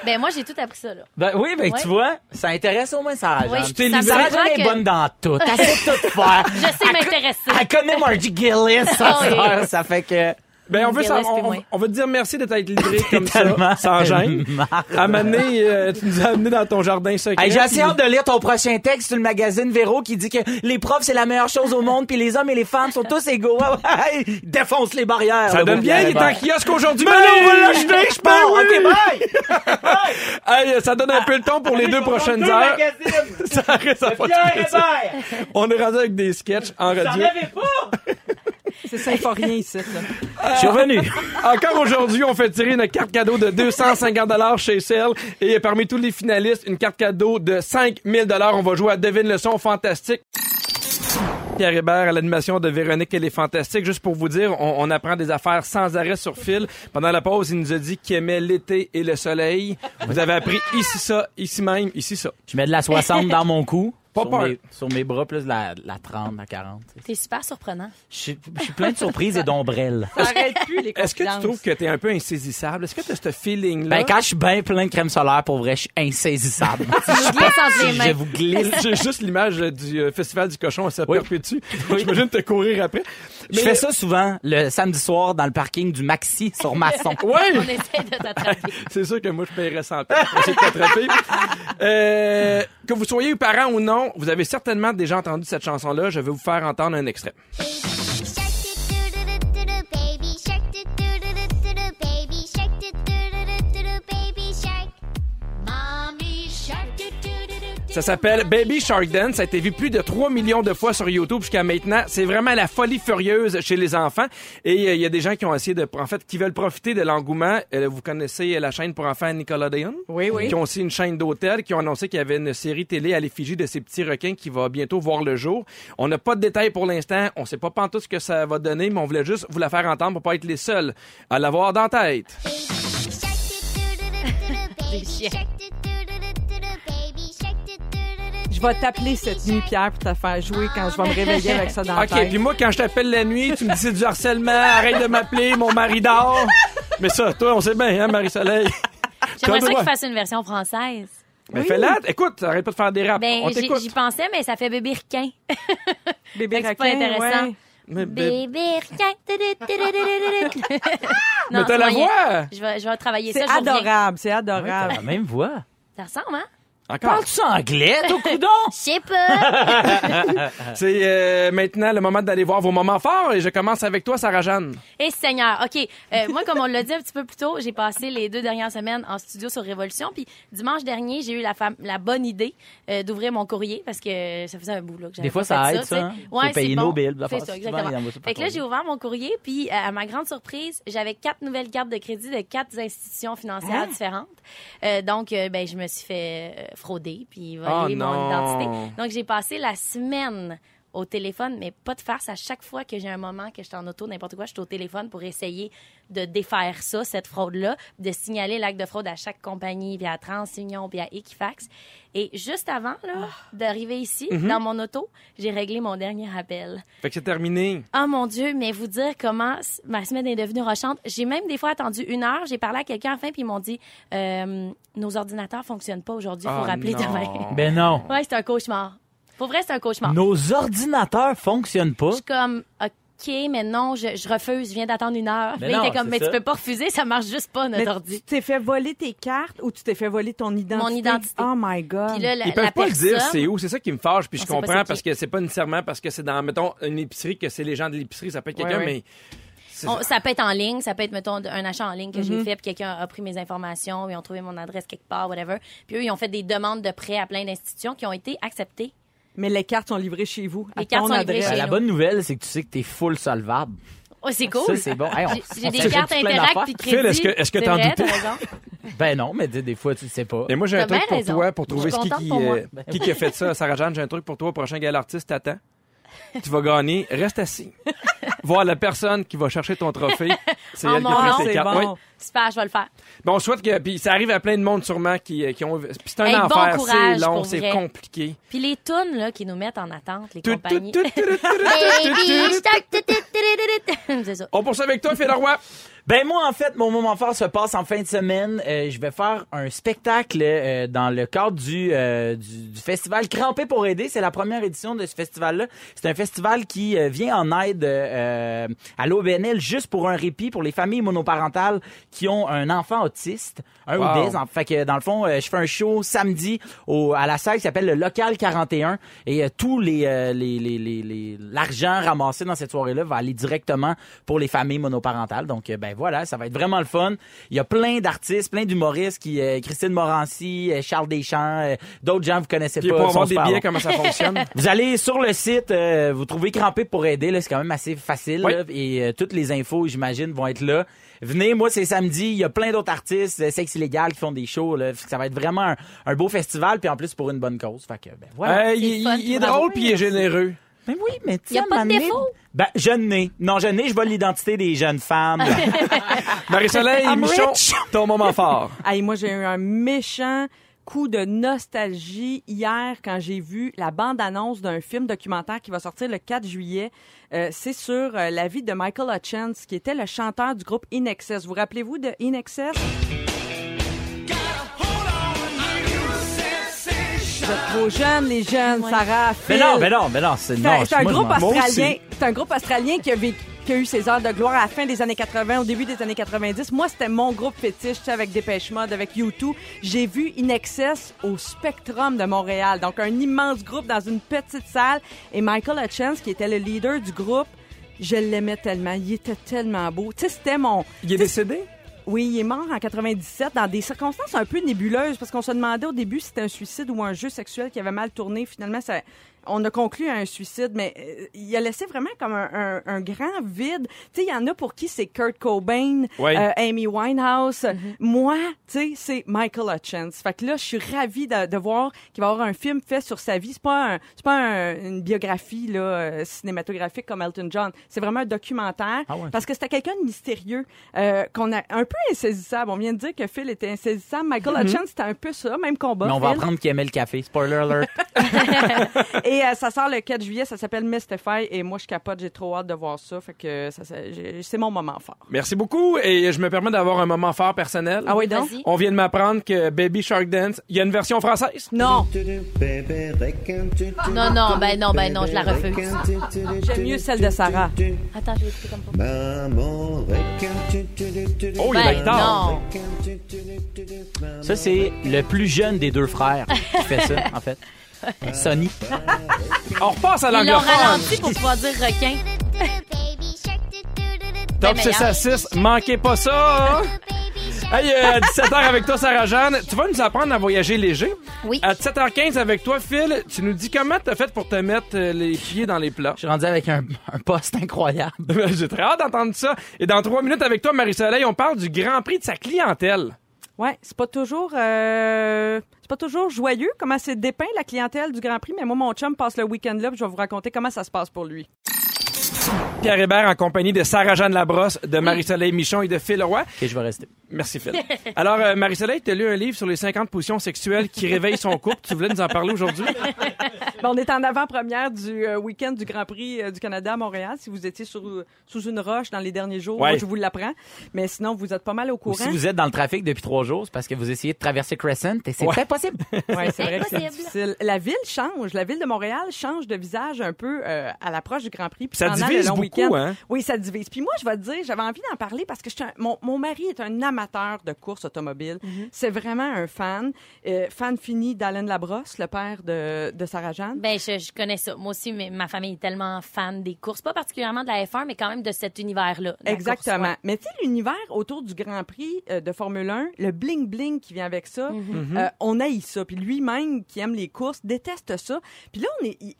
Speaker 4: Ben moi, j'ai tout appris ça, là.
Speaker 2: Ben oui, ben
Speaker 4: Ouais.
Speaker 2: tu vois, ça intéresse au moins Sarah
Speaker 4: Oui,
Speaker 2: Jeanne.
Speaker 4: Tu t'es ça
Speaker 2: Sarah
Speaker 4: s'apprend
Speaker 2: Jeanne est
Speaker 4: que-
Speaker 2: bonne dans tout. Elle sait tout faire.
Speaker 4: Je sais m'intéresser.
Speaker 2: Elle connaît Margie Gillis, sa
Speaker 4: Ah oui.
Speaker 2: sœur, ça fait que...
Speaker 3: Ben, on veut,
Speaker 2: Mmh,
Speaker 4: Gilles,
Speaker 3: savoir- on,
Speaker 4: excuse-moi.
Speaker 3: on- on veut te dire merci d'être livré comme ça,
Speaker 2: tellement
Speaker 3: sans gêne.
Speaker 2: marre.
Speaker 3: À m'amener, euh, tu nous as amené dans ton jardin secret.
Speaker 2: Hey, j'ai assez hâte de lire ton prochain texte sur le magazine Véro qui dit que les profs, c'est la meilleure chose au monde, puis les hommes et les femmes sont tous égaux. Ouais, ouais, Défonce les barrières.
Speaker 3: Ça
Speaker 2: le
Speaker 3: donne
Speaker 2: beau
Speaker 3: bien,
Speaker 2: Pierre
Speaker 3: il est en
Speaker 2: Hébert.
Speaker 3: kiosque aujourd'hui.
Speaker 2: Ben non, on va l'acheter, je pars.
Speaker 3: Ben oui.
Speaker 2: OK, bye.
Speaker 3: Hey, ça donne un peu le ton pour les deux prochaines heures. Ça reste à pas de plaisir. On est rendu avec des sketchs en radio.
Speaker 5: C'est ça, il faut rien ici. là.
Speaker 2: Je suis revenu.
Speaker 3: Encore aujourd'hui, on fait tirer une carte cadeau de 250 chez Cell. Et parmi tous les finalistes, une carte cadeau de 5000 On va jouer à Devine le son fantastique. Pierre Hébert à l'animation de Véronique, elle est fantastique. Juste pour vous dire, on, on apprend des affaires sans arrêt sur fil. Pendant la pause, il nous a dit qu'il aimait l'été et le soleil. Vous avez appris ici ça, ici même, ici ça.
Speaker 2: Je mets de la 60 dans mon cou.
Speaker 3: Pas
Speaker 2: sur,
Speaker 3: peur.
Speaker 2: Mes, sur mes bras, plus de la, de la 30, la 40.
Speaker 4: T'es super surprenant.
Speaker 2: Je suis je suis plein de surprises et d'ombrelles.
Speaker 5: Ça arrête plus, les
Speaker 3: Est-ce que tu
Speaker 5: confidences.
Speaker 3: trouves que t'es un peu insaisissable? Est-ce que t'as ce feeling-là?
Speaker 2: Ben, quand je suis bien plein de crème solaire, pour vrai, je suis insaisissable.
Speaker 4: Je glisse entre les
Speaker 2: je
Speaker 4: mains.
Speaker 2: vous glisse.
Speaker 3: J'ai juste l'image euh, du euh, Festival du cochon, ça
Speaker 2: Oui.
Speaker 3: perpétue. J'imagine te courir après.
Speaker 2: Je fais ça souvent le samedi soir dans le parking du Maxi sur Masson.
Speaker 4: On essaie de t'attraper.
Speaker 3: C'est sûr que moi, je paierais 100 pièces pour essayer de t'attraper. Euh, que vous soyez parents ou non, vous avez certainement déjà entendu cette chanson-là. Je vais vous faire entendre un extrait.
Speaker 8: Shark doo doo doo doo doo baby shark doo doo doo doo doo doo baby shark doo doo doo doo doo doo baby shark. Mommy shark doo doo doo doo doo.
Speaker 3: Ça s'appelle Baby Shark Dance. Ça a été vu plus de 3 millions de fois sur YouTube jusqu'à maintenant. C'est vraiment la folie furieuse chez les enfants. Et euh, il y a des gens qui ont essayé de, en fait, qui veulent profiter de l'engouement. Euh, vous connaissez la chaîne pour enfants Nickelodeon?
Speaker 5: Oui, oui.
Speaker 3: Qui ont aussi une chaîne d'hôtel, qui ont annoncé qu'il y avait une série télé à l'effigie de ces petits requins qui va bientôt voir le jour. On n'a pas de détails pour l'instant. On sait pas tout ce que ça va donner, mais on voulait juste vous la faire entendre pour pas être les seuls à l'avoir dans la tête.
Speaker 8: Shark doo doo doo doo doo baby shark doo doo doo doo doo doo baby shark doo doo doo doo doo.
Speaker 5: Je vais t'appeler cette nuit, Pierre, pour te faire jouer quand je vais me réveiller avec ça dans la
Speaker 3: OK,
Speaker 5: tête.
Speaker 3: puis moi, quand je t'appelle la nuit, tu me dis c'est du harcèlement, arrête de m'appeler, mon mari dort. Mais ça, toi, on sait bien, hein, Marie-Soleil?
Speaker 4: J'aimerais
Speaker 3: T'as
Speaker 4: ça
Speaker 3: le droit.
Speaker 4: qu'il fasse une version française.
Speaker 3: Mais fais-la, écoute, arrête pas de faire des raps.
Speaker 4: Ben,
Speaker 3: on
Speaker 4: j'y
Speaker 3: t'écoute.
Speaker 4: j'y pensais, mais ça fait bébé requin.
Speaker 5: Bébé
Speaker 4: Fait que c'est pas
Speaker 5: requin,
Speaker 4: intéressant.
Speaker 5: ouais.
Speaker 3: Mais,
Speaker 4: ben,
Speaker 3: mais-
Speaker 4: Bébé requin.
Speaker 3: mais
Speaker 4: Non,
Speaker 3: t'as la
Speaker 4: c'est moyen.
Speaker 3: voix!
Speaker 4: Je vais, je vais travailler ça.
Speaker 5: C'est
Speaker 4: je vous reviens.
Speaker 5: adorable, c'est
Speaker 2: T'as
Speaker 5: adorable.
Speaker 2: Ah, la même voix.
Speaker 4: Ça ressemble, hein?
Speaker 3: Encore.
Speaker 2: Parles-tu anglais, toi, coudon?
Speaker 4: Je sais pas.
Speaker 3: C'est euh, maintenant le moment d'aller voir vos moments forts et je commence avec toi, Sarah-Jeanne.
Speaker 4: Et Eh, Seigneur, OK. euh, moi, comme on l'a dit un petit peu plus tôt, j'ai passé les deux dernières semaines en studio sur Révolution. Puis dimanche dernier, j'ai eu la, fam- la bonne idée euh, d'ouvrir mon courrier parce que ça faisait un bout. Là, que j'avais
Speaker 2: Des fois,
Speaker 4: pas
Speaker 2: ça
Speaker 4: fait
Speaker 2: aide, ça,
Speaker 4: tu sais.
Speaker 2: hein. Faut
Speaker 4: Ouais,
Speaker 2: payer
Speaker 4: c'est
Speaker 2: nos
Speaker 4: bon.
Speaker 2: bills, la
Speaker 4: C'est
Speaker 2: part,
Speaker 4: ça,
Speaker 2: souvent,
Speaker 4: exactement.
Speaker 2: ils envoient ça par
Speaker 4: Fait que là,
Speaker 2: courrier.
Speaker 4: j'ai ouvert mon courrier. Puis, euh, à ma grande surprise, j'avais quatre nouvelles cartes de crédit de quatre institutions
Speaker 3: Hein?
Speaker 4: financières différentes. Euh, donc, euh, ben, je me suis fait euh, frauder puis voler
Speaker 3: Oh
Speaker 4: mon
Speaker 3: non.
Speaker 4: identité. Donc, j'ai passé la semaine au téléphone, mais pas de farce. À chaque fois que j'ai un moment que je suis en auto, n'importe quoi, je suis au téléphone pour essayer de défaire ça, cette fraude-là, de signaler l'acte de fraude à chaque compagnie via TransUnion, via Equifax. Et juste avant
Speaker 3: Ah!
Speaker 4: là, d'arriver ici,
Speaker 3: Mm-hmm.
Speaker 4: dans mon auto, j'ai réglé mon dernier appel.
Speaker 3: Fait que c'est terminé.
Speaker 4: Ah mon Dieu, mais vous dire comment s- ma semaine est devenue rochante. J'ai même des fois attendu une heure, j'ai parlé à quelqu'un enfin, puis ils m'ont dit euh, Nos ordinateurs fonctionnent pas aujourd'hui, faut
Speaker 3: Ah,
Speaker 4: rappeler
Speaker 3: non.
Speaker 4: demain. »
Speaker 2: Ben non.
Speaker 4: Ouais, c'est un cauchemar. Pour vrai, c'est un cauchemar.
Speaker 2: Nos ordinateurs fonctionnent pas.
Speaker 4: Je suis comme, OK, mais non, je, je refuse, je viens d'attendre une heure.
Speaker 2: Mais
Speaker 4: Là, il
Speaker 2: non,
Speaker 4: était comme,
Speaker 2: c'est
Speaker 4: mais
Speaker 2: ça.
Speaker 4: tu peux pas refuser, ça marche juste pas, notre
Speaker 5: Mais tu
Speaker 4: ordi.
Speaker 5: t'es fait voler tes cartes ou tu t'es fait voler ton identité?
Speaker 4: identité.
Speaker 5: Oh my God.
Speaker 4: Puis là, la,
Speaker 3: Ils peuvent
Speaker 4: la
Speaker 3: pas le
Speaker 4: personne,
Speaker 3: dire c'est où, c'est ça qui me fâche, puis je
Speaker 4: On sait pas
Speaker 3: comprends
Speaker 4: c'est
Speaker 3: parce
Speaker 4: qui.
Speaker 3: que c'est pas nécessairement parce que c'est dans, mettons, une épicerie que c'est les gens de l'épicerie, ça peut être quelqu'un,
Speaker 5: Ouais,
Speaker 3: mais
Speaker 5: ouais.
Speaker 4: on- ça peut être en ligne, ça peut être, mettons, un achat en ligne que j'ai fait, puis quelqu'un a pris mes informations, ils ont trouvé mon adresse quelque part, whatever. Puis eux, ils ont fait des demandes de prêts à plein d'institutions qui ont été acceptées.
Speaker 5: Mais les cartes sont livrées chez vous. à
Speaker 4: Les cartes
Speaker 5: ton
Speaker 4: sont livrées
Speaker 5: adresse.
Speaker 4: chez
Speaker 2: Ben, la
Speaker 4: nous.
Speaker 2: bonne nouvelle, c'est que tu sais que t'es full solvable.
Speaker 4: Oh, c'est cool.
Speaker 2: Ça, c'est bon. Hey, on-
Speaker 4: J'ai-
Speaker 2: on
Speaker 4: J'ai
Speaker 2: s'est
Speaker 4: des
Speaker 2: fait
Speaker 4: cartes
Speaker 2: plein
Speaker 4: Interact
Speaker 2: d'affaires.
Speaker 4: puis
Speaker 3: Phil,
Speaker 4: crédit.
Speaker 3: est-ce que- est-ce que
Speaker 4: C'est
Speaker 3: t'en
Speaker 4: vrai,
Speaker 3: doutais?
Speaker 4: t'as raison.
Speaker 2: Ben non, mais des, des fois, tu le sais pas.
Speaker 3: Mais moi, j'ai un
Speaker 4: T'as
Speaker 3: truc
Speaker 4: bien
Speaker 3: pour
Speaker 4: raison.
Speaker 3: toi, pour trouver
Speaker 4: Je
Speaker 3: ce qui,
Speaker 4: suis contente
Speaker 3: qui,
Speaker 4: pour moi.
Speaker 3: euh, qui qui a fait ça. Sarah-Jeanne, j'ai un truc pour toi. Au prochain gala artiste, t'attends. Tu vas gagner. Reste assis. Voir la personne qui va chercher ton trophée. C'est
Speaker 4: En
Speaker 3: elle qui a pris
Speaker 4: mon
Speaker 3: tes
Speaker 5: nom.
Speaker 3: cartes.
Speaker 5: C'est
Speaker 3: Oui.
Speaker 5: bon.
Speaker 4: Super, je vais le faire.
Speaker 3: Bon, on souhaite que. Puis ça arrive à plein de monde sûrement qui, euh, qui ont. Puis c'est un
Speaker 4: Hey, bon
Speaker 3: enfer. c'est
Speaker 4: courage
Speaker 3: long,
Speaker 4: pour
Speaker 3: c'est
Speaker 4: vrai.
Speaker 3: compliqué.
Speaker 4: Puis les tunes là, qui nous mettent en attente, les
Speaker 3: Tout, tout,
Speaker 4: compagnies.
Speaker 3: tout, tout, tout, tout,
Speaker 8: Baby
Speaker 3: tout, tout.
Speaker 8: shark doo doo
Speaker 4: c'est ça.
Speaker 3: On poursuit avec toi, Phil Roy.
Speaker 2: Ben moi en fait mon moment fort se passe en fin de semaine. Euh, je vais faire un spectacle euh, dans le cadre du, euh, du du festival Crampé pour aider. C'est la première édition de ce festival-là. C'est un festival qui euh, vient en aide euh, euh, à l'OBNL juste pour un répit pour les familles monoparentales qui ont un enfant autiste, un
Speaker 3: Wow.
Speaker 2: ou des enfants. Fait que dans le fond, euh, je fais un show samedi au, à la salle qui s'appelle le Local 41 et euh, tous les euh, les les les- les- l'argent ramassé dans cette soirée-là va aller directement pour les familles monoparentales. Donc euh, ben voilà, ça va être vraiment le fun. Il y a plein d'artistes, plein d'humoristes qui euh, Christine Morancy, euh, Charles Deschamps, euh, d'autres gens que vous connaissez
Speaker 3: Puis
Speaker 2: pas.
Speaker 3: pour
Speaker 2: ils sont
Speaker 3: avoir des
Speaker 2: super
Speaker 3: billets,
Speaker 2: bons.
Speaker 3: comment ça fonctionne. Euh,
Speaker 2: Vous allez sur le site, euh, vous trouvez Crampé pour aider, là, c'est quand même assez facile.
Speaker 3: Oui.
Speaker 2: là, et euh, toutes les infos, j'imagine, vont être là. Venez, moi c'est samedi, il y a plein d'autres artistes, euh, sexe illégal qui font des shows. Là, Fait que ça va être vraiment un, un beau festival, puis en plus pour une bonne cause. Fait que ben voilà.
Speaker 3: Euh, il,
Speaker 4: fun,
Speaker 3: il est
Speaker 4: bravo.
Speaker 3: drôle puis il est généreux.
Speaker 2: Ben oui, mais tu
Speaker 4: Y a
Speaker 2: sais, à
Speaker 4: pas de
Speaker 2: un moment donné-
Speaker 4: défaut?
Speaker 2: Ben, jeune nez. Non, jeune nez, je vole l'identité des jeunes femmes.
Speaker 3: Marie-Soleil,
Speaker 4: Ah,
Speaker 5: I'm
Speaker 3: Michon,
Speaker 5: rich.
Speaker 3: ton moment fort.
Speaker 5: Hey, moi, j'ai eu un méchant coup de nostalgie hier quand j'ai vu la bande-annonce d'un film documentaire qui va sortir le 4 juillet. Euh, c'est sur euh, la vie de Michael Hutchins, qui était le chanteur du groupe In Excess. Vous rappelez-vous de In Excess? Vous êtes trop jeunes, les jeunes, Sarah,
Speaker 2: Mais
Speaker 5: Phil.
Speaker 2: non, mais non, mais non, c'est
Speaker 5: C'est
Speaker 2: non.
Speaker 5: un, c'est un
Speaker 2: moi, je
Speaker 5: groupe
Speaker 2: m'en- moi aussi.
Speaker 5: australien. C'est un groupe australien qui a, vécu- qui a eu ses heures de gloire à la fin des années 80, au début des années 90. Moi, c'était mon groupe fétiche, tu sais, avec Dépêche Mode, avec U2. J'ai vu In Excess au Spectrum de Montréal. Donc, un immense groupe dans une petite salle. Et Michael Hutchins, qui était le leader du groupe, je l'aimais tellement. Il était tellement beau. Tu sais, c'était mon...
Speaker 3: Il est décédé?
Speaker 5: Oui, il est mort en 97 dans des circonstances un peu nébuleuses parce qu'on se demandait au début si c'était un suicide ou un jeu sexuel qui avait mal tourné. Finalement, ça, on a conclu à un suicide, mais euh, il a laissé vraiment comme un, un- un grand vide. Tu sais, il y en a pour qui c'est Kurt Cobain,
Speaker 3: Ouais.
Speaker 5: euh, Amy Winehouse.
Speaker 2: Mm-hmm.
Speaker 5: Moi, tu sais, c'est Michael Hutchins. Fait que là, je suis ravie de, de voir qu'il va y avoir un film fait sur sa vie. C'est pas, un- c'est pas un- une biographie là, euh, cinématographique comme Elton John. C'est vraiment un documentaire
Speaker 2: Ah ouais.
Speaker 5: parce que c'était quelqu'un de mystérieux, euh, qu'on a un peu insaisissable. On vient de dire que Phil était insaisissable. Michael Hutchins, c'était un peu ça, même combat.
Speaker 2: Mm-hmm. Mais on va
Speaker 5: Phil.
Speaker 2: apprendre qu'il aimait le café. Spoiler alert.
Speaker 5: Et euh, ça sort le 4 juillet, ça s'appelle Mystify, et moi, je capote, j'ai trop hâte de voir ça. Fait que ça, ça- j'ai- c'est mon moment fort.
Speaker 3: Merci beaucoup et je me permets d'avoir un moment fort personnel.
Speaker 5: Ah oui, donc?
Speaker 4: Vas-y.
Speaker 3: On vient de m'apprendre que Baby Shark Dance, il y a une version française.
Speaker 5: Non,
Speaker 4: Non, non, ben non, ben non, je la refuse.
Speaker 5: j'aime mieux celle de Sarah.
Speaker 4: Attends, je vais écouter comme ça.
Speaker 3: Oh, il y a la
Speaker 4: Ben
Speaker 3: guitare.
Speaker 4: non.
Speaker 2: Ça, c'est le plus jeune des deux frères qui fait ça, en fait. Sonny.
Speaker 3: On repasse à
Speaker 4: Ils l'ont
Speaker 3: l'anglophone.
Speaker 4: ralenti pour pouvoir dire requin.
Speaker 3: Top
Speaker 4: meilleur.
Speaker 3: 6 à 6, manquez pas ça. hein? Hey, euh, 17h avec toi, Sarah-Jeanne. Tu vas nous apprendre à voyager léger.
Speaker 4: Oui.
Speaker 3: À 17h15 avec toi, Phil, tu nous dis comment t'as fait pour te mettre euh, les pieds dans les plats.
Speaker 2: Je suis rendu avec un, un poste incroyable.
Speaker 3: J'ai très hâte d'entendre ça. Et dans 3 minutes avec toi, Marie-Soleil, on parle du Grand Prix de sa clientèle.
Speaker 5: Ouais, c'est pas toujours, euh, c'est pas toujours joyeux comment c'est dépeint la clientèle du Grand Prix, mais moi, mon chum passe le week-end là, puis je vais vous raconter comment ça se passe pour lui.
Speaker 3: Pierre Hébert en compagnie de Sarah-Jeanne Labrosse, de Marie-Soleil Michon et de Phil Roy.
Speaker 2: Ok, je vais rester.
Speaker 3: Merci, Phil. Alors, euh, Marie-Soleil, t'as lu un livre sur les 50 positions sexuelles qui réveillent son couple. Tu voulais nous en parler aujourd'hui?
Speaker 5: Ben, on est en avant-première du euh, week-end du Grand Prix euh, du Canada à Montréal. Si vous étiez sur, sous une roche dans les derniers jours,
Speaker 3: Ouais.
Speaker 5: moi, je vous l'apprends. Mais sinon, vous êtes pas mal au
Speaker 2: Ou
Speaker 5: courant.
Speaker 2: si vous êtes dans le trafic depuis trois jours, c'est parce que vous essayez de traverser Crescent et c'est
Speaker 3: Ouais.
Speaker 2: impossible.
Speaker 5: Ouais, c'est vrai que c'est
Speaker 4: Impossible.
Speaker 5: difficile. La ville change. La ville de Montréal change de visage un peu euh, à l'approche du Grand Prix. Puis
Speaker 3: Ça
Speaker 5: pendant le
Speaker 3: divise
Speaker 5: long
Speaker 3: beaucoup,
Speaker 5: week-end-
Speaker 3: hein?
Speaker 5: Oui, ça divise. Puis moi, je vais te dire, j'avais envie d'en parler parce que je suis un- mon, mon mari est un amateur de course automobile. C'est vraiment un fan. Euh, fan fini d'Alain Labrosse, le père de, de Sarah-Jeanne.
Speaker 4: Ben, je, je connais ça. Moi aussi, mais ma famille est tellement fan des courses. Pas particulièrement de la F1, mais quand même de cet univers-là. de la
Speaker 5: Exactement.
Speaker 4: course, ouais.
Speaker 5: Mais tu sais, l'univers autour du Grand Prix euh, de Formule 1, le bling-bling qui vient avec ça,
Speaker 4: Mhm.
Speaker 5: euh, on haït ça. Puis lui-même, qui aime les courses, déteste ça. Puis là, on est... il-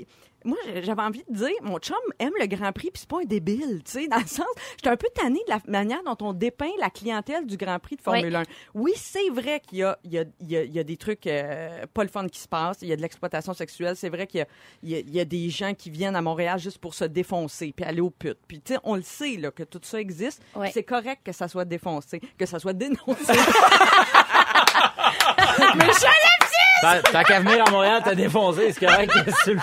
Speaker 5: Moi, j'avais envie de dire, mon chum aime le Grand Prix, puis c'est pas un débile, tu sais, dans le sens, j'étais un peu tannée de la manière dont on dépeint la clientèle du Grand Prix de Formule 1. Oui, c'est vrai qu'il y a, il y, a, il y a- il y a des trucs euh, pas le fun qui se passent, il y a de l'exploitation sexuelle, c'est vrai qu'il y a, il y, a, il y a des gens qui viennent à Montréal juste pour se défoncer, puis aller aux putes. Puis, tu sais, on le sait, là, que tout ça existe,
Speaker 4: Ouais.
Speaker 5: c'est correct que ça soit défoncé, que ça soit dénoncé.
Speaker 2: Tant tant qu'à venir à Montréal, t'as défoncé, c'est correct. qu'est-ce que tu-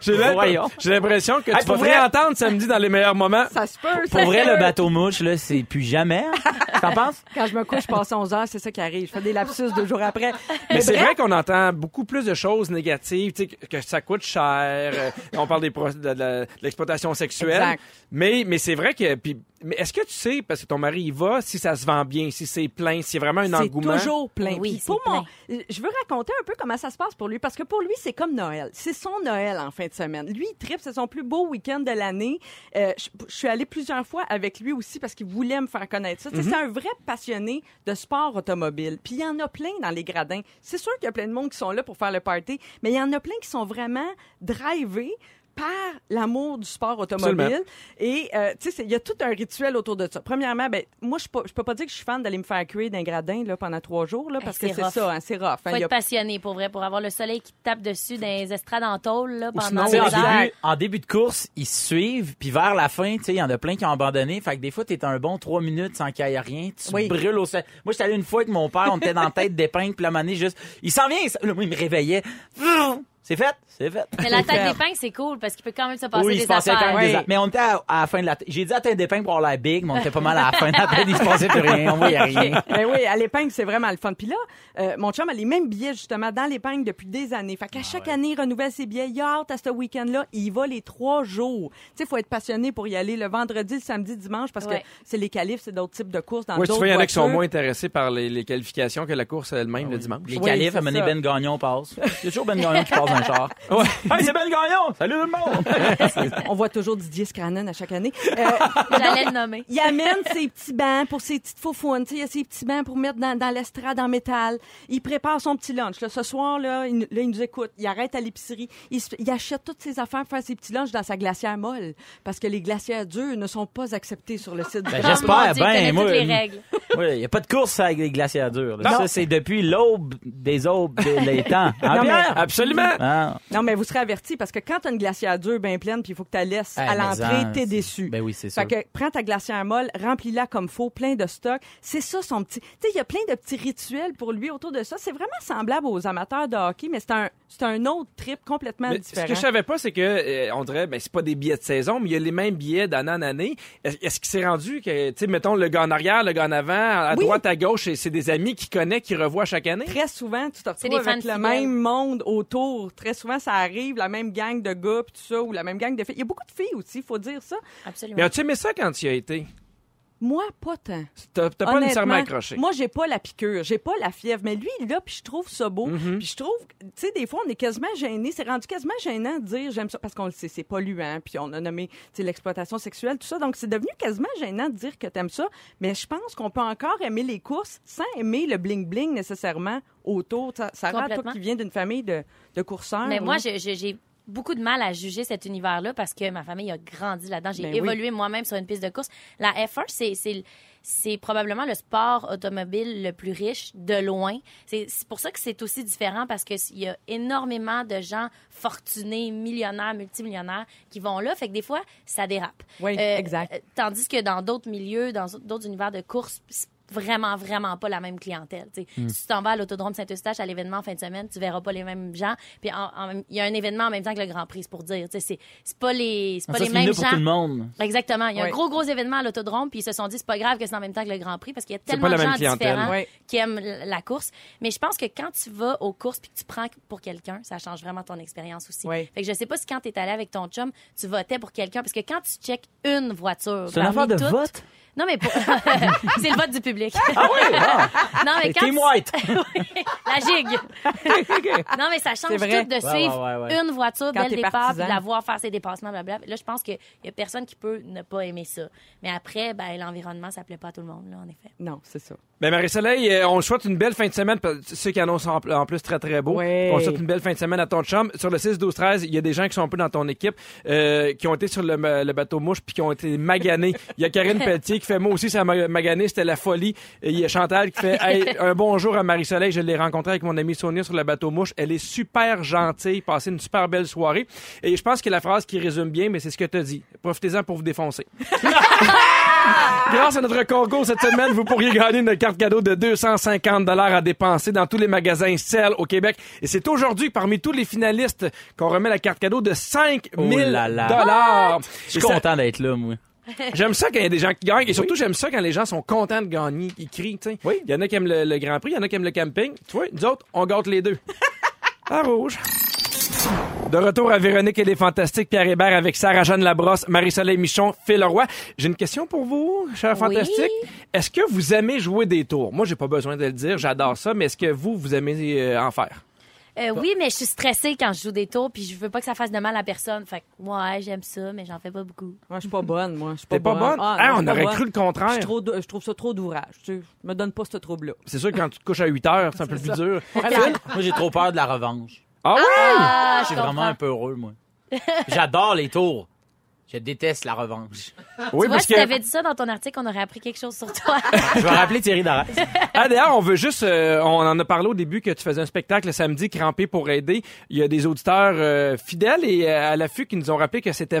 Speaker 3: J'ai l'im-
Speaker 2: Voyons.
Speaker 3: j'ai l'impression que tu
Speaker 2: pour
Speaker 3: vas
Speaker 2: vrai-
Speaker 3: réentendre samedi dans les meilleurs moments.
Speaker 5: ça se peut, ça
Speaker 2: Pour vrai,
Speaker 5: se
Speaker 2: le
Speaker 5: peut.
Speaker 2: bateau mouche, là, c'est plus jamais. hein? T'en penses?
Speaker 5: Quand je me couche, je passe 11 heures, c'est ça qui arrive. Je fais des lapsus deux jours après.
Speaker 3: Mais c'est vrai qu'on entend beaucoup plus de choses négatives, tu sais, que que ça coûte cher. euh, on parle des pro- de, de- de l'exploitation sexuelle.
Speaker 5: Exact.
Speaker 3: Mais, mais c'est vrai que. puis- mais est-ce que tu sais, parce que ton mari il va, si ça se vend bien, si c'est plein, si vraiment un
Speaker 5: C'est
Speaker 3: engouement?
Speaker 5: toujours plein.
Speaker 4: Oui,
Speaker 5: Puis
Speaker 4: c'est
Speaker 5: pour
Speaker 4: plein.
Speaker 5: mon- Ben, je veux raconter un peu comment ça se passe pour lui, parce que pour lui, c'est comme Noël. C'est son Noël en fin de semaine. Lui, il tripe, c'est son plus beau week-end de l'année. Euh, je, je suis allée plusieurs fois avec lui aussi parce qu'il voulait me faire connaître ça. Tu sais, C'est un vrai passionné de sport automobile. Puis il y en a plein dans les gradins. C'est sûr qu'il y a plein de monde qui sont là pour faire le party, mais il y en a plein qui sont vraiment drivés par l'amour du sport automobile.
Speaker 3: Absolument.
Speaker 5: Et, euh, tu sais, c'est- il y a tout un rituel autour de ça. Premièrement, ben, moi, je ne peux pas dire que je suis fan d'aller me faire cuire d'un gradin là, pendant trois jours, là, parce
Speaker 4: Hey,
Speaker 5: que
Speaker 4: c'est
Speaker 5: c'est
Speaker 4: rough.
Speaker 5: ça, hein, c'est rough. hein.
Speaker 4: Faut
Speaker 5: Il y a-
Speaker 4: être passionné pour vrai, pour avoir le soleil qui te tape dessus dans les estrades en tôle là, pendant
Speaker 2: Tu sais,
Speaker 4: deux
Speaker 2: en,
Speaker 4: heures.
Speaker 2: début, en début de course, ils se suivent, puis vers la fin, tu sais, il y en a plein qui ont abandonné. Fait que des fois, t'es un bon trois minutes sans qu'il y ait rien. Tu
Speaker 5: Oui.
Speaker 2: brûles au sol. Moi, j'étais allé une fois avec mon père, on était dans la tête d'épingle, puis la manée, juste, il s'en vient, il s- là, moi, il me réveillait. C'est fait? C'est fait.
Speaker 4: Mais la
Speaker 5: Faire.
Speaker 4: tête d'épingle, c'est cool parce qu'il peut quand même se passer
Speaker 2: oui, il se
Speaker 4: des
Speaker 2: passait quand
Speaker 4: affaires.
Speaker 2: même
Speaker 5: Oui.
Speaker 2: des a- Mais on était à, à la fin de la. t- J'ai dit à tête d'épingle pour avoir la big, mais on était pas mal à la fin de la tête. Il se passait plus rien. On voyait rien.
Speaker 5: Ben oui, à l'épingle, c'est vraiment le fun. Puis là, euh, mon chum a les mêmes billets, justement, dans l'épingle depuis des années. Fait qu'à
Speaker 3: Ah
Speaker 5: chaque année, il renouvelle ses billets. Il a hâte à ce week-end-là. Il y va les trois jours. Tu sais, faut être passionné pour y aller le vendredi, le samedi, dimanche, parce
Speaker 4: Ouais.
Speaker 5: que c'est les qualifs, c'est d'autres types de courses dans
Speaker 3: Oui, tu
Speaker 5: d'autres
Speaker 3: vois, il y en a qui sont
Speaker 5: voitures.
Speaker 3: moins intéressés par les, les qualifications que la course elle-même le dimanche.
Speaker 2: Les
Speaker 5: Oui,
Speaker 2: califs,
Speaker 5: c'est
Speaker 2: à mener
Speaker 5: ça.
Speaker 2: Ben Gagnon passe. Il y a toujours Ben Gagnon qui passe dans le char.
Speaker 3: Ouais.
Speaker 2: Hey, c'est Ben Gagnon! Salut tout le monde!
Speaker 5: On voit toujours Didier Scrannon à chaque année. Euh,
Speaker 4: J'allais le nommer.
Speaker 5: Il amène ses petits bancs pour ses petites faufounes. tu sais, Il y a ses petits bancs pour mettre dans, dans l'estrade en métal. Il prépare son petit lunch. Là, ce soir, là, il, là, il nous écoute. Il arrête à l'épicerie. Il, se- il achète toutes ses affaires pour faire ses petits lunchs dans sa glacière molle. Parce que les glacières dures ne sont pas acceptées sur le site du
Speaker 2: Ben,
Speaker 5: Grand
Speaker 2: j'espère
Speaker 4: Mon Dieu, il
Speaker 2: bien,
Speaker 4: connaît
Speaker 2: moi.
Speaker 4: toutes les règles.
Speaker 2: Oui, il n'y a pas de course avec les glacières dures. là. Ça, c'est depuis l'aube des aubes des temps. Ah,
Speaker 5: Non, mais-
Speaker 2: bien.
Speaker 3: Absolument!
Speaker 2: Ah.
Speaker 5: Non, mais vous serez avertis parce que quand t'as une glacière dure bien pleine, puis il faut que tu la laisses
Speaker 2: Hey,
Speaker 5: à
Speaker 2: mais
Speaker 5: l'entrée,
Speaker 2: en-
Speaker 5: t'es déçu.
Speaker 2: Ben oui, c'est
Speaker 5: Fait
Speaker 2: sûr.
Speaker 5: que prends ta glacière molle, remplis-la comme faut, plein de stock. C'est ça son petit. Tu sais, il y a plein de petits rituels pour lui autour de ça. C'est vraiment semblable aux amateurs de hockey, mais c'est un, c'est un autre trip complètement
Speaker 3: Mais ce
Speaker 5: différent.
Speaker 3: que je savais pas, c'est que euh, on dirait, ben c'est pas des billets de saison, mais il y a les mêmes billets d'année en année. Est-ce est-ce qu'il s'est rendu que, tu sais, mettons le gars en arrière, le gars en avant, à
Speaker 5: Oui.
Speaker 3: droite, à gauche, et c'est des amis qui connaissent, qui revoient chaque année.
Speaker 5: Très souvent, tu te
Speaker 4: des
Speaker 5: retrouves
Speaker 4: fans
Speaker 5: avec le
Speaker 4: fidèles.
Speaker 5: même monde autour. Très souvent, ça arrive, la même gang de gars, puis tout ça, ou la même gang de filles. Il y a beaucoup de filles aussi, il faut dire ça.
Speaker 3: Mais
Speaker 4: Absolument.
Speaker 3: as-tu aimé ça quand tu y as été
Speaker 5: Moi, pas tant.
Speaker 3: T'as t'as pas
Speaker 5: Honnêtement,
Speaker 3: nécessairement accroché.
Speaker 5: Moi, j'ai pas la piqûre, j'ai pas la fièvre, mais lui, il est là, puis je trouve ça beau.
Speaker 3: Mm-hmm.
Speaker 5: Puis je trouve, tu sais, des fois, on est quasiment gêné, c'est rendu quasiment gênant de dire j'aime ça parce qu'on le sait, c'est polluant, puis on a nommé, tu sais, l'exploitation sexuelle, tout ça. Donc, c'est devenu quasiment gênant de dire que t'aimes ça, mais je pense qu'on peut encore aimer les courses sans aimer le bling-bling nécessairement autour. Ça, ça rend toi
Speaker 4: Complètement.
Speaker 5: qui viens d'une famille de, de courseurs.
Speaker 4: Mais moi,
Speaker 5: là.
Speaker 4: je- je- j'ai beaucoup de mal à juger cet univers-là parce que ma famille a grandi là-dedans. J'ai
Speaker 5: Ben oui.
Speaker 4: évolué moi-même sur une piste de course. La F1, c'est- c'est c'est probablement le sport automobile le plus riche de loin. C'est c'est pour ça que c'est aussi différent parce que il y a énormément de gens fortunés, millionnaires, multimillionnaires qui vont là. Fait que des fois, ça dérape.
Speaker 5: Oui, exact.
Speaker 4: euh, Tandis que dans d'autres milieux, dans d'autres univers de course, c'est vraiment, vraiment pas la même clientèle. tu
Speaker 2: Hmm.
Speaker 4: sais. Si tu t'en vas à l'autodrome Saint-Eustache à l'événement en fin de semaine, tu verras pas les mêmes gens. Puis en- en même- il y a un événement en même temps que le Grand Prix, c'est pour dire. tu sais, C'est c'est pas les, c'est pas
Speaker 2: Ça,
Speaker 4: les
Speaker 2: c'est
Speaker 4: mêmes
Speaker 2: mieux pour tout le
Speaker 4: gens.
Speaker 2: monde.
Speaker 4: Exactement. Il y a
Speaker 5: Oui.
Speaker 4: un gros, gros événement à l'autodrome, puis ils se sont dit, c'est pas grave que c'est en même temps que le Grand Prix, parce qu'il y a
Speaker 3: C'est
Speaker 4: tellement
Speaker 3: pas la
Speaker 4: de gens
Speaker 3: même clientèle.
Speaker 4: différents
Speaker 5: Oui.
Speaker 4: qui aiment l- la course. Mais je pense que quand tu vas aux courses puis que tu prends pour quelqu'un, ça change vraiment ton expérience aussi.
Speaker 5: Oui.
Speaker 4: Fait que je sais pas si quand t'es allé avec ton chum, tu votais pour quelqu'un, parce que quand tu checkes une voiture,
Speaker 2: C'est une
Speaker 4: parmi
Speaker 2: affaire de
Speaker 4: toutes-
Speaker 2: vote?
Speaker 4: Non, mais pour... c'est le vote du public. Ah oui? non, mais quand
Speaker 2: Team
Speaker 4: tu-
Speaker 2: White!
Speaker 4: la gigue. non, mais ça change
Speaker 5: C'est vrai.
Speaker 4: tout de
Speaker 2: Ouais,
Speaker 4: suivre
Speaker 2: ouais, ouais, ouais.
Speaker 4: une voiture dès
Speaker 5: Quand
Speaker 4: le
Speaker 5: t'es
Speaker 4: départ,
Speaker 5: partisan.
Speaker 4: puis la voir faire ses dépassements, blablabla. Là, je pense qu'il y a personne qui peut ne pas aimer ça. Mais après, ben, l'environnement, ça plaît pas à tout le monde, là, en effet.
Speaker 5: Non, c'est ça.
Speaker 3: Ben Marie-Soleil, euh, on souhaite une belle fin de semaine. parce que Ceux qui annoncent en, en plus très très beau.
Speaker 5: Ouais.
Speaker 3: On souhaite une belle fin de semaine à ton chum. Sur le 6, 12, 13, il y a des gens qui sont un peu dans ton équipe, euh, qui ont été sur le, ma- le bateau mouche puis qui ont été maganés. Il y a Karine Pelletier qui fait moi aussi ça m'a magané, c'était la folie. Et il y a Chantal qui fait Hey, un bonjour à Marie-Soleil. Je l'ai rencontrée avec mon amie Sonia sur le bateau mouche. Elle est super gentille, passez une super belle soirée. Et je pense que la phrase qui résume bien, mais c'est ce que tu as dit. Profitez-en pour vous défoncer. Grâce à notre concours cette semaine, vous pourriez gagner une carte cadeau de 250 dollars à dépenser dans tous les magasins Cell au Québec. Et c'est aujourd'hui, parmi tous les finalistes, qu'on remet la carte cadeau de 5000
Speaker 2: Oh là là.
Speaker 3: dollars.
Speaker 2: Je suis content d'être là, moi.
Speaker 3: J'aime ça quand il y a des gens qui gagnent. Et surtout, j'aime ça quand les gens sont contents de gagner. Ils crient, tu sais.
Speaker 2: Oui.
Speaker 3: Il y en a qui aiment le, le Grand Prix, il y en a qui aiment le camping. Tu vois, nous autres, on gâte les deux. à rouge. De retour à Véronique et les Fantastiques, Pierre Hébert avec Sarah-Jeanne Labrosse, Marie-Soleil Michon, Phil Roy. J'ai une question pour vous, chers
Speaker 4: Oui.
Speaker 3: Fantastiques. Est-ce que vous aimez jouer des tours? Moi, j'ai pas besoin de le dire, j'adore ça, mais est-ce que vous, vous aimez euh, en faire?
Speaker 4: Euh, oui, mais je suis stressée quand je joue des tours, puis je veux pas que ça fasse de mal à personne. Fait que, ouais, j'aime ça, mais j'en fais pas beaucoup.
Speaker 5: Moi, je suis pas bonne, moi. Je suis
Speaker 3: T'es pas bonne?
Speaker 5: Ah,
Speaker 3: Ah,
Speaker 5: non, je suis
Speaker 3: on
Speaker 5: pas
Speaker 3: aurait
Speaker 5: bonne.
Speaker 3: cru le
Speaker 5: Je, suis
Speaker 3: contraire.
Speaker 5: trop dou- je trouve ça trop d'ouvrage. Tu sais, je me donne pas ce trouble-là.
Speaker 3: C'est sûr que quand tu te couches à 8 heures, c'est un peu plus dur.
Speaker 2: Moi, j'ai trop peur de la revanche.
Speaker 3: Ah oui!
Speaker 4: Ah,
Speaker 2: Je suis
Speaker 4: comprends.
Speaker 2: vraiment un peu heureux, moi. J'adore les tours. Je déteste la revanche.
Speaker 3: Oui,
Speaker 4: tu vois, si t'avais dit ça dans ton article, on aurait appris quelque chose sur toi.
Speaker 2: Je vais rappeler Thierry Darras.
Speaker 3: Ah, d'ailleurs, on veut juste, euh, on en a parlé au début que tu faisais un spectacle le samedi, crampé pour aider. Il y a des auditeurs euh, fidèles et euh, à l'affût qui nous ont rappelé que c'était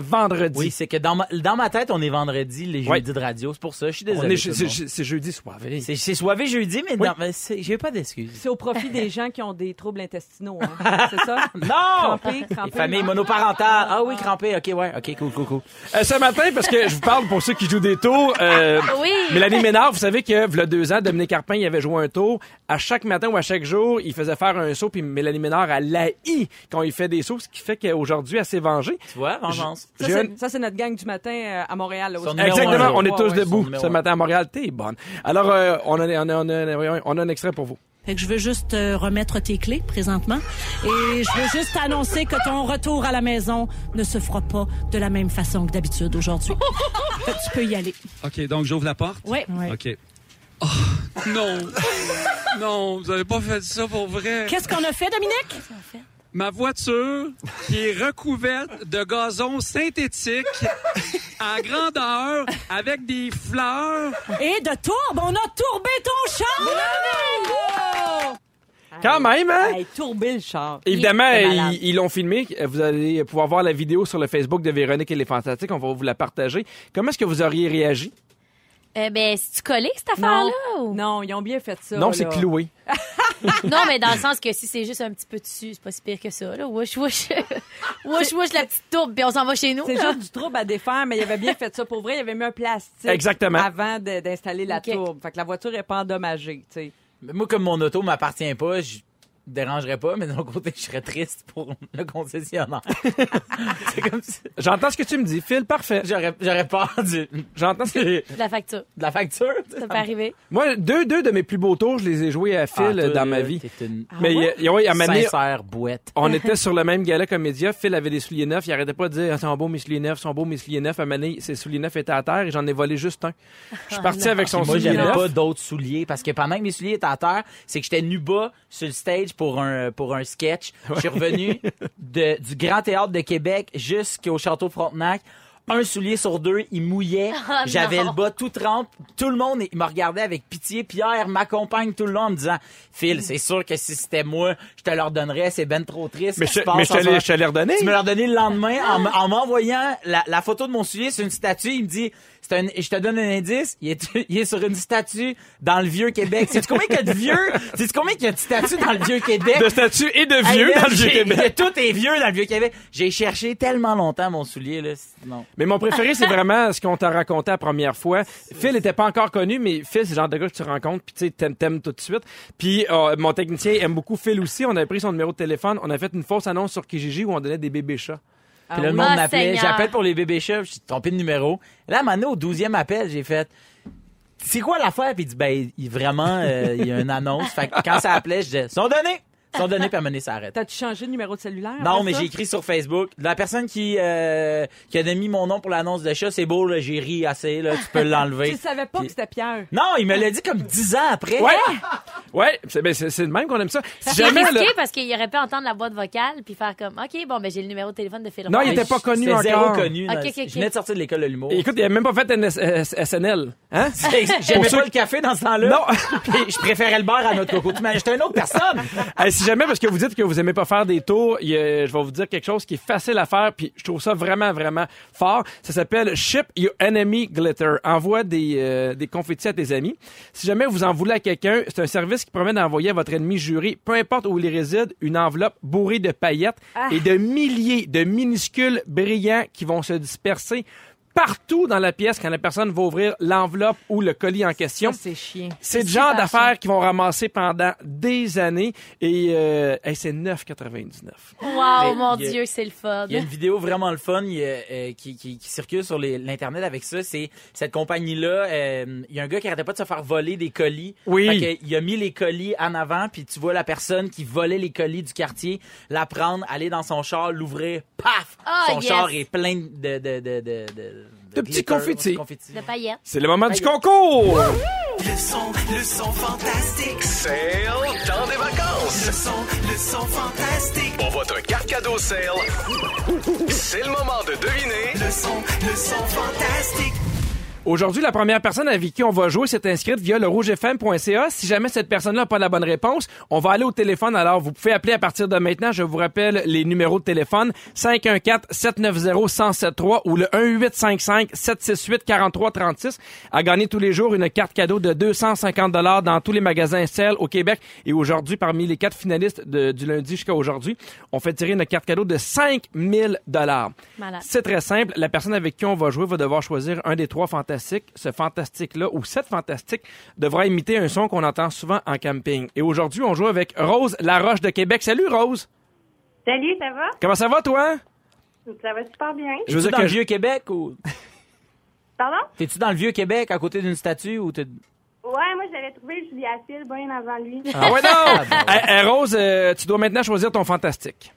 Speaker 3: vendredi.
Speaker 2: Oui, c'est que dans ma, dans ma tête, on est vendredi, les
Speaker 3: Ouais.
Speaker 2: jeudis de radio. C'est pour ça, je suis
Speaker 3: On
Speaker 2: désolé.
Speaker 3: est-
Speaker 2: tout le
Speaker 3: c'est
Speaker 2: monde.
Speaker 3: c'est- c'est jeudi soir. veille.
Speaker 2: C'est c'est soivé jeudi, mais
Speaker 3: Oui.
Speaker 2: non, mais c'est- j'ai pas d'excuses.
Speaker 5: C'est au profit des gens qui ont des troubles intestinaux, hein. c'est ça?
Speaker 2: Non!
Speaker 5: Crampé, crampé.
Speaker 2: Les familles monoparentales. Ah oui, crampé. OK, ouais. OK, cool, cool, cool.
Speaker 3: Euh, ce matin, parce que je vous parle pour ceux qui jouent des tours. euh,
Speaker 4: Oui.
Speaker 3: Mélanie Ménard, vous savez que, v'là deux ans, Dominique Carpin, il avait joué un tour. À chaque matin ou à chaque jour, il faisait faire un saut, puis Mélanie Ménard, elle l'haït quand il fait des sauts, ce qui fait qu'aujourd'hui, elle s'est vengée.
Speaker 2: Tu vois, vengeance.
Speaker 5: Ça,
Speaker 3: J'ai
Speaker 5: c'est-
Speaker 3: un-
Speaker 5: ça, c'est notre gang du matin euh, à Montréal. là,
Speaker 2: Son
Speaker 5: aujourd'hui.
Speaker 2: numéro
Speaker 3: Exactement,
Speaker 2: un,
Speaker 3: on est
Speaker 5: Ouais,
Speaker 3: tous
Speaker 5: ouais.
Speaker 3: debout
Speaker 2: numéro
Speaker 3: ce
Speaker 2: un.
Speaker 3: matin à Montréal. T'es bonne. Alors, euh, on, a, on, a, on, a- voyons, on a un extrait pour vous.
Speaker 9: Fait que je veux juste euh, remettre tes clés présentement et je veux juste annoncer que ton retour à la maison ne se fera pas de la même façon que d'habitude aujourd'hui. Fait que tu peux y aller.
Speaker 10: OK, donc j'ouvre la porte?
Speaker 9: Ouais.
Speaker 10: OK. Oh, non! non, vous avez pas fait ça pour vrai.
Speaker 9: Qu'est-ce qu'on a fait, Dominique?
Speaker 10: Ma voiture, qui est recouverte de gazon synthétique à grandeur, avec des fleurs.
Speaker 9: Et de tourbe, on a tourbé ton char!
Speaker 3: Quand même, hein?
Speaker 5: Hey, tourbé le char.
Speaker 3: Évidemment,
Speaker 5: Il est malade.
Speaker 3: ils ils l'ont filmé. Vous allez pouvoir voir la vidéo sur le Facebook de Véronique et les Fantastiques. On va vous la partager. Comment est-ce que vous auriez réagi?
Speaker 4: Euh, ben, si tu collé cette
Speaker 5: Non.
Speaker 4: affaire-là? ou-
Speaker 5: Non, ils ont bien fait ça.
Speaker 3: non, c'est
Speaker 5: là.
Speaker 3: cloué.
Speaker 4: Non, mais dans le sens que si c'est juste un petit peu dessus, c'est pas si pire que ça. Là. Wouch, wouch. wouch, wouch, la petite tourbe, puis on s'en va chez nous.
Speaker 5: C'est
Speaker 4: là.
Speaker 5: juste du trouble à défaire, mais il avait bien fait ça pour vrai. Il avait mis un plastique
Speaker 3: Exactement.
Speaker 5: avant de- d'installer la
Speaker 4: Ok.
Speaker 5: tourbe. Fait que la voiture est pas endommagée. tu sais.
Speaker 2: Mais Moi, comme mon auto m'appartient pas, je dérangerais pas, mais d'un côté, je serais triste pour le concessionnaire. c'est comme si
Speaker 3: J'entends ce que tu me dis, Phil. Parfait.
Speaker 2: j'aurais, j'aurais peur du-
Speaker 3: J'entends ce que...
Speaker 4: De la facture.
Speaker 2: de la facture. tu sais,
Speaker 4: Ça
Speaker 2: ça
Speaker 4: peut
Speaker 2: me-
Speaker 4: arriver.
Speaker 3: Moi, deux, deux de mes plus beaux tours, je les ai joués à Phil
Speaker 2: Ah, toi,
Speaker 3: euh, dans
Speaker 2: là,
Speaker 3: ma vie.
Speaker 2: T'es une
Speaker 3: Mais euh, y a- ouais, à un moment donné,
Speaker 2: sincère bouette.
Speaker 3: on était sur le même gala comédia. Phil avait des souliers neufs. Il arrêtait pas de dire, Ah, sont beaux mes souliers neufs, sont beaux mes souliers neufs. À un moment donné, ses souliers neufs étaient à terre et j'en ai volé juste un. Je suis parti avec son
Speaker 2: Moi,
Speaker 3: soulier
Speaker 2: j'avais
Speaker 3: neuf.
Speaker 2: pas d'autres souliers parce que pendant que mes souliers étaient à terre, c'est que j'étais nu bas sur le stage pour un, pour un sketch. Je suis revenu de, du Grand Théâtre de Québec jusqu'au Château Frontenac. Un soulier sur deux, il mouillait. J'avais
Speaker 4: non.
Speaker 2: le bas tout trempe. Tout le monde il me regardait avec pitié. Pierre m'accompagne tout le long en me disant Phil, c'est sûr que si c'était moi, je te leur donnerais. C'est ben trop triste.
Speaker 3: Mais
Speaker 2: ce qui
Speaker 3: je,
Speaker 2: se passe
Speaker 3: mais je
Speaker 2: en
Speaker 3: te
Speaker 2: ce moment.
Speaker 3: l'ai- je te l'ai redonné.
Speaker 2: Tu me l'as redonné le lendemain en, m- en m'envoyant la, la photo de mon soulier sur une statue. Il me dit, c'est un, je te donne un indice, il est, il est sur une statue dans le vieux Québec. Sais-tu combien qu'il y a de vieux? Sais-tu combien qu'il y a de statues dans le vieux Québec?
Speaker 3: De statut et de
Speaker 2: Hey,
Speaker 3: vieux
Speaker 2: man,
Speaker 3: dans le vieux
Speaker 2: j'ai-
Speaker 3: Québec.
Speaker 2: Tout est vieux dans le vieux Québec. J'ai cherché tellement longtemps mon soulier, là. c'est- Non.
Speaker 3: Mais mon préféré, c'est vraiment ce qu'on t'a raconté la première fois. Phil n'était pas encore connu, mais Phil, c'est le genre de gars que tu rencontres, puis tu sais, t'aimes, t'aimes tout de suite. Puis euh, mon technicien aime beaucoup Phil aussi. On a pris son numéro de téléphone, on a fait une fausse annonce sur Kijiji où on donnait des bébés chats.
Speaker 5: Ah
Speaker 2: Puis là, le
Speaker 5: oui.
Speaker 2: monde
Speaker 4: Ah,
Speaker 2: m'appelait.
Speaker 4: Seigneur.
Speaker 2: J'appelle pour les bébés chefs. Je suis trompé de numéro. Là, Mano, au 12e appel, j'ai fait. C'est quoi l'affaire? Puis il dit, ben, il- vraiment, euh, il y a une annonce. Fait que quand ça appelait, je disais, sont donnés! Sont donnés, puis à un moment donné, ça arrête.
Speaker 5: T'as-tu changé de numéro de cellulaire?
Speaker 2: Non,
Speaker 5: après
Speaker 2: mais
Speaker 5: ça?
Speaker 2: j'ai écrit sur Facebook. La personne qui, euh, qui a mis mon nom pour l'annonce de chat, c'est beau, là, j'ai ri assez, là, tu peux
Speaker 5: Tu
Speaker 2: l'enlever.
Speaker 5: savais pas que c'était Pierre.
Speaker 2: Non, il me l'a dit comme 10 ans après.
Speaker 3: Ouais! Ouais, c'est, ben, c'est, c'est le même qu'on aime ça. Si
Speaker 4: C'est
Speaker 3: jamais, là-
Speaker 4: risqué parce qu'il aurait pu entendre la boîte vocale puis faire comme OK, bon, ben j'ai le numéro de téléphone de Phil
Speaker 3: Non,
Speaker 4: Roy.
Speaker 3: il était pas connu
Speaker 2: C'était zéro
Speaker 3: encore.
Speaker 2: connu.
Speaker 4: Ok,
Speaker 2: non.
Speaker 4: ok, ok.
Speaker 2: Je venais de sortir de l'école de l'humour.
Speaker 3: Et Écoute, il a même pas fait NS S- SNL. Hein?
Speaker 2: J'aimais
Speaker 3: Pour ceux
Speaker 2: pas
Speaker 3: qui-
Speaker 2: le café dans ce temps-là.
Speaker 3: Non.
Speaker 2: Puis je préférais le bar à notre coco. Tu m'as acheté une autre personne.
Speaker 3: Hey, si jamais, parce que vous dites que vous aimez pas faire des tours, il y a- je vais vous dire quelque chose qui est facile à faire, puis je trouve ça vraiment, vraiment fort. Ça s'appelle Ship Your Enemy Glitter. Envoie des, euh, des confettis à tes amis. Si jamais vous en voulez à quelqu'un, c'est un service qui permet d'envoyer à votre ennemi juré, peu importe où il réside, une enveloppe bourrée de paillettes et de milliers de minuscules brillants qui vont se disperser partout dans la pièce quand la personne va ouvrir l'enveloppe ou le colis en question.
Speaker 5: Ça, c'est chiant.
Speaker 3: C'est le
Speaker 5: super
Speaker 3: genre
Speaker 5: chiant.
Speaker 3: d'affaires qui vont ramasser pendant des années et euh, hey, c'est 9,99.
Speaker 4: Wow,
Speaker 2: Mais
Speaker 4: mon
Speaker 2: il y a-
Speaker 4: Dieu, c'est le fun.
Speaker 2: Il y a une vidéo vraiment le fun il y a, euh, qui, qui- qui circule sur les- l'Internet avec ça. C'est cette compagnie-là. euh, il y a un gars qui arrêtait pas de se faire voler des colis.
Speaker 3: Oui.
Speaker 2: Fait que il a mis les colis en avant, puis tu vois la personne qui volait les colis du quartier la prendre, aller dans son char, l'ouvrir, paf!
Speaker 4: Ah,
Speaker 2: son
Speaker 4: yes.
Speaker 2: char est plein de... De, de, de, de, de
Speaker 3: petits
Speaker 2: glitter,
Speaker 3: confettis.
Speaker 2: de confettis.
Speaker 4: De paillettes.
Speaker 3: C'est le moment du concours.
Speaker 1: Le son, le son fantastique. C'est le temps des vacances.
Speaker 11: Le son, le son fantastique. Pour votre carte cadeau sale, c'est le moment de deviner. Le son, le son fantastique.
Speaker 3: Aujourd'hui, la première personne avec qui on va jouer s'est inscrite via le rougefm.ca. Si jamais cette personne-là n'a pas la bonne réponse, on va aller au téléphone. Alors, vous pouvez appeler à partir de maintenant. Je vous rappelle les numéros de téléphone 514-790-1073 ou le 1855-768-4336. À gagner tous les jours une carte cadeau de 250 dans tous les magasins SEL au Québec. Et aujourd'hui, parmi les quatre finalistes de- du lundi jusqu'à aujourd'hui, on fait tirer une carte cadeau de 5000
Speaker 4: Malade.
Speaker 3: c'est très simple. La personne avec qui on va jouer va devoir choisir un des trois fantastiques. Ce fantastique-là ou cette fantastique devra imiter un son qu'on entend souvent en camping. Et aujourd'hui, on joue avec Rose Laroche de Québec. Salut Rose!
Speaker 12: Salut, ça va?
Speaker 3: Comment ça va toi?
Speaker 12: Ça va super bien.
Speaker 2: Je veux dire que vieux Québec ou
Speaker 12: Pardon?
Speaker 2: t'es-tu dans le vieux Québec à côté d'une statue ou t'es
Speaker 12: Ouais, moi, j'avais trouvé Julia Phil bien avant lui.
Speaker 3: Ah ouais non! Eh, eh, Rose, euh, tu dois maintenant choisir ton fantastique.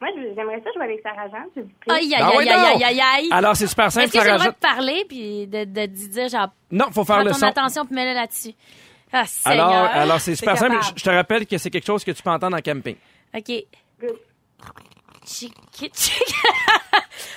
Speaker 12: Moi, je- j'aimerais ça jouer avec Sarah Jean, s'il vous plaît.
Speaker 4: Aïe, aïe,
Speaker 3: Ah ouais,
Speaker 4: aïe,
Speaker 3: non.
Speaker 4: aïe, aïe, aïe.
Speaker 3: Alors, c'est super simple,
Speaker 4: Est-ce que j'ai le
Speaker 3: Sarah
Speaker 4: droit
Speaker 3: Jean-
Speaker 4: de parler puis de, de, de dire, genre,
Speaker 3: Non, faut faire
Speaker 4: prends
Speaker 3: le
Speaker 4: ton
Speaker 3: son.
Speaker 4: attention puis mets-le là-dessus. Ah, Seigneur.
Speaker 3: Alors, alors c'est super
Speaker 4: T'es
Speaker 3: simple.
Speaker 4: capable.
Speaker 3: Je- Je te rappelle que c'est quelque chose que tu peux entendre en camping.
Speaker 4: OK. Chic, chic.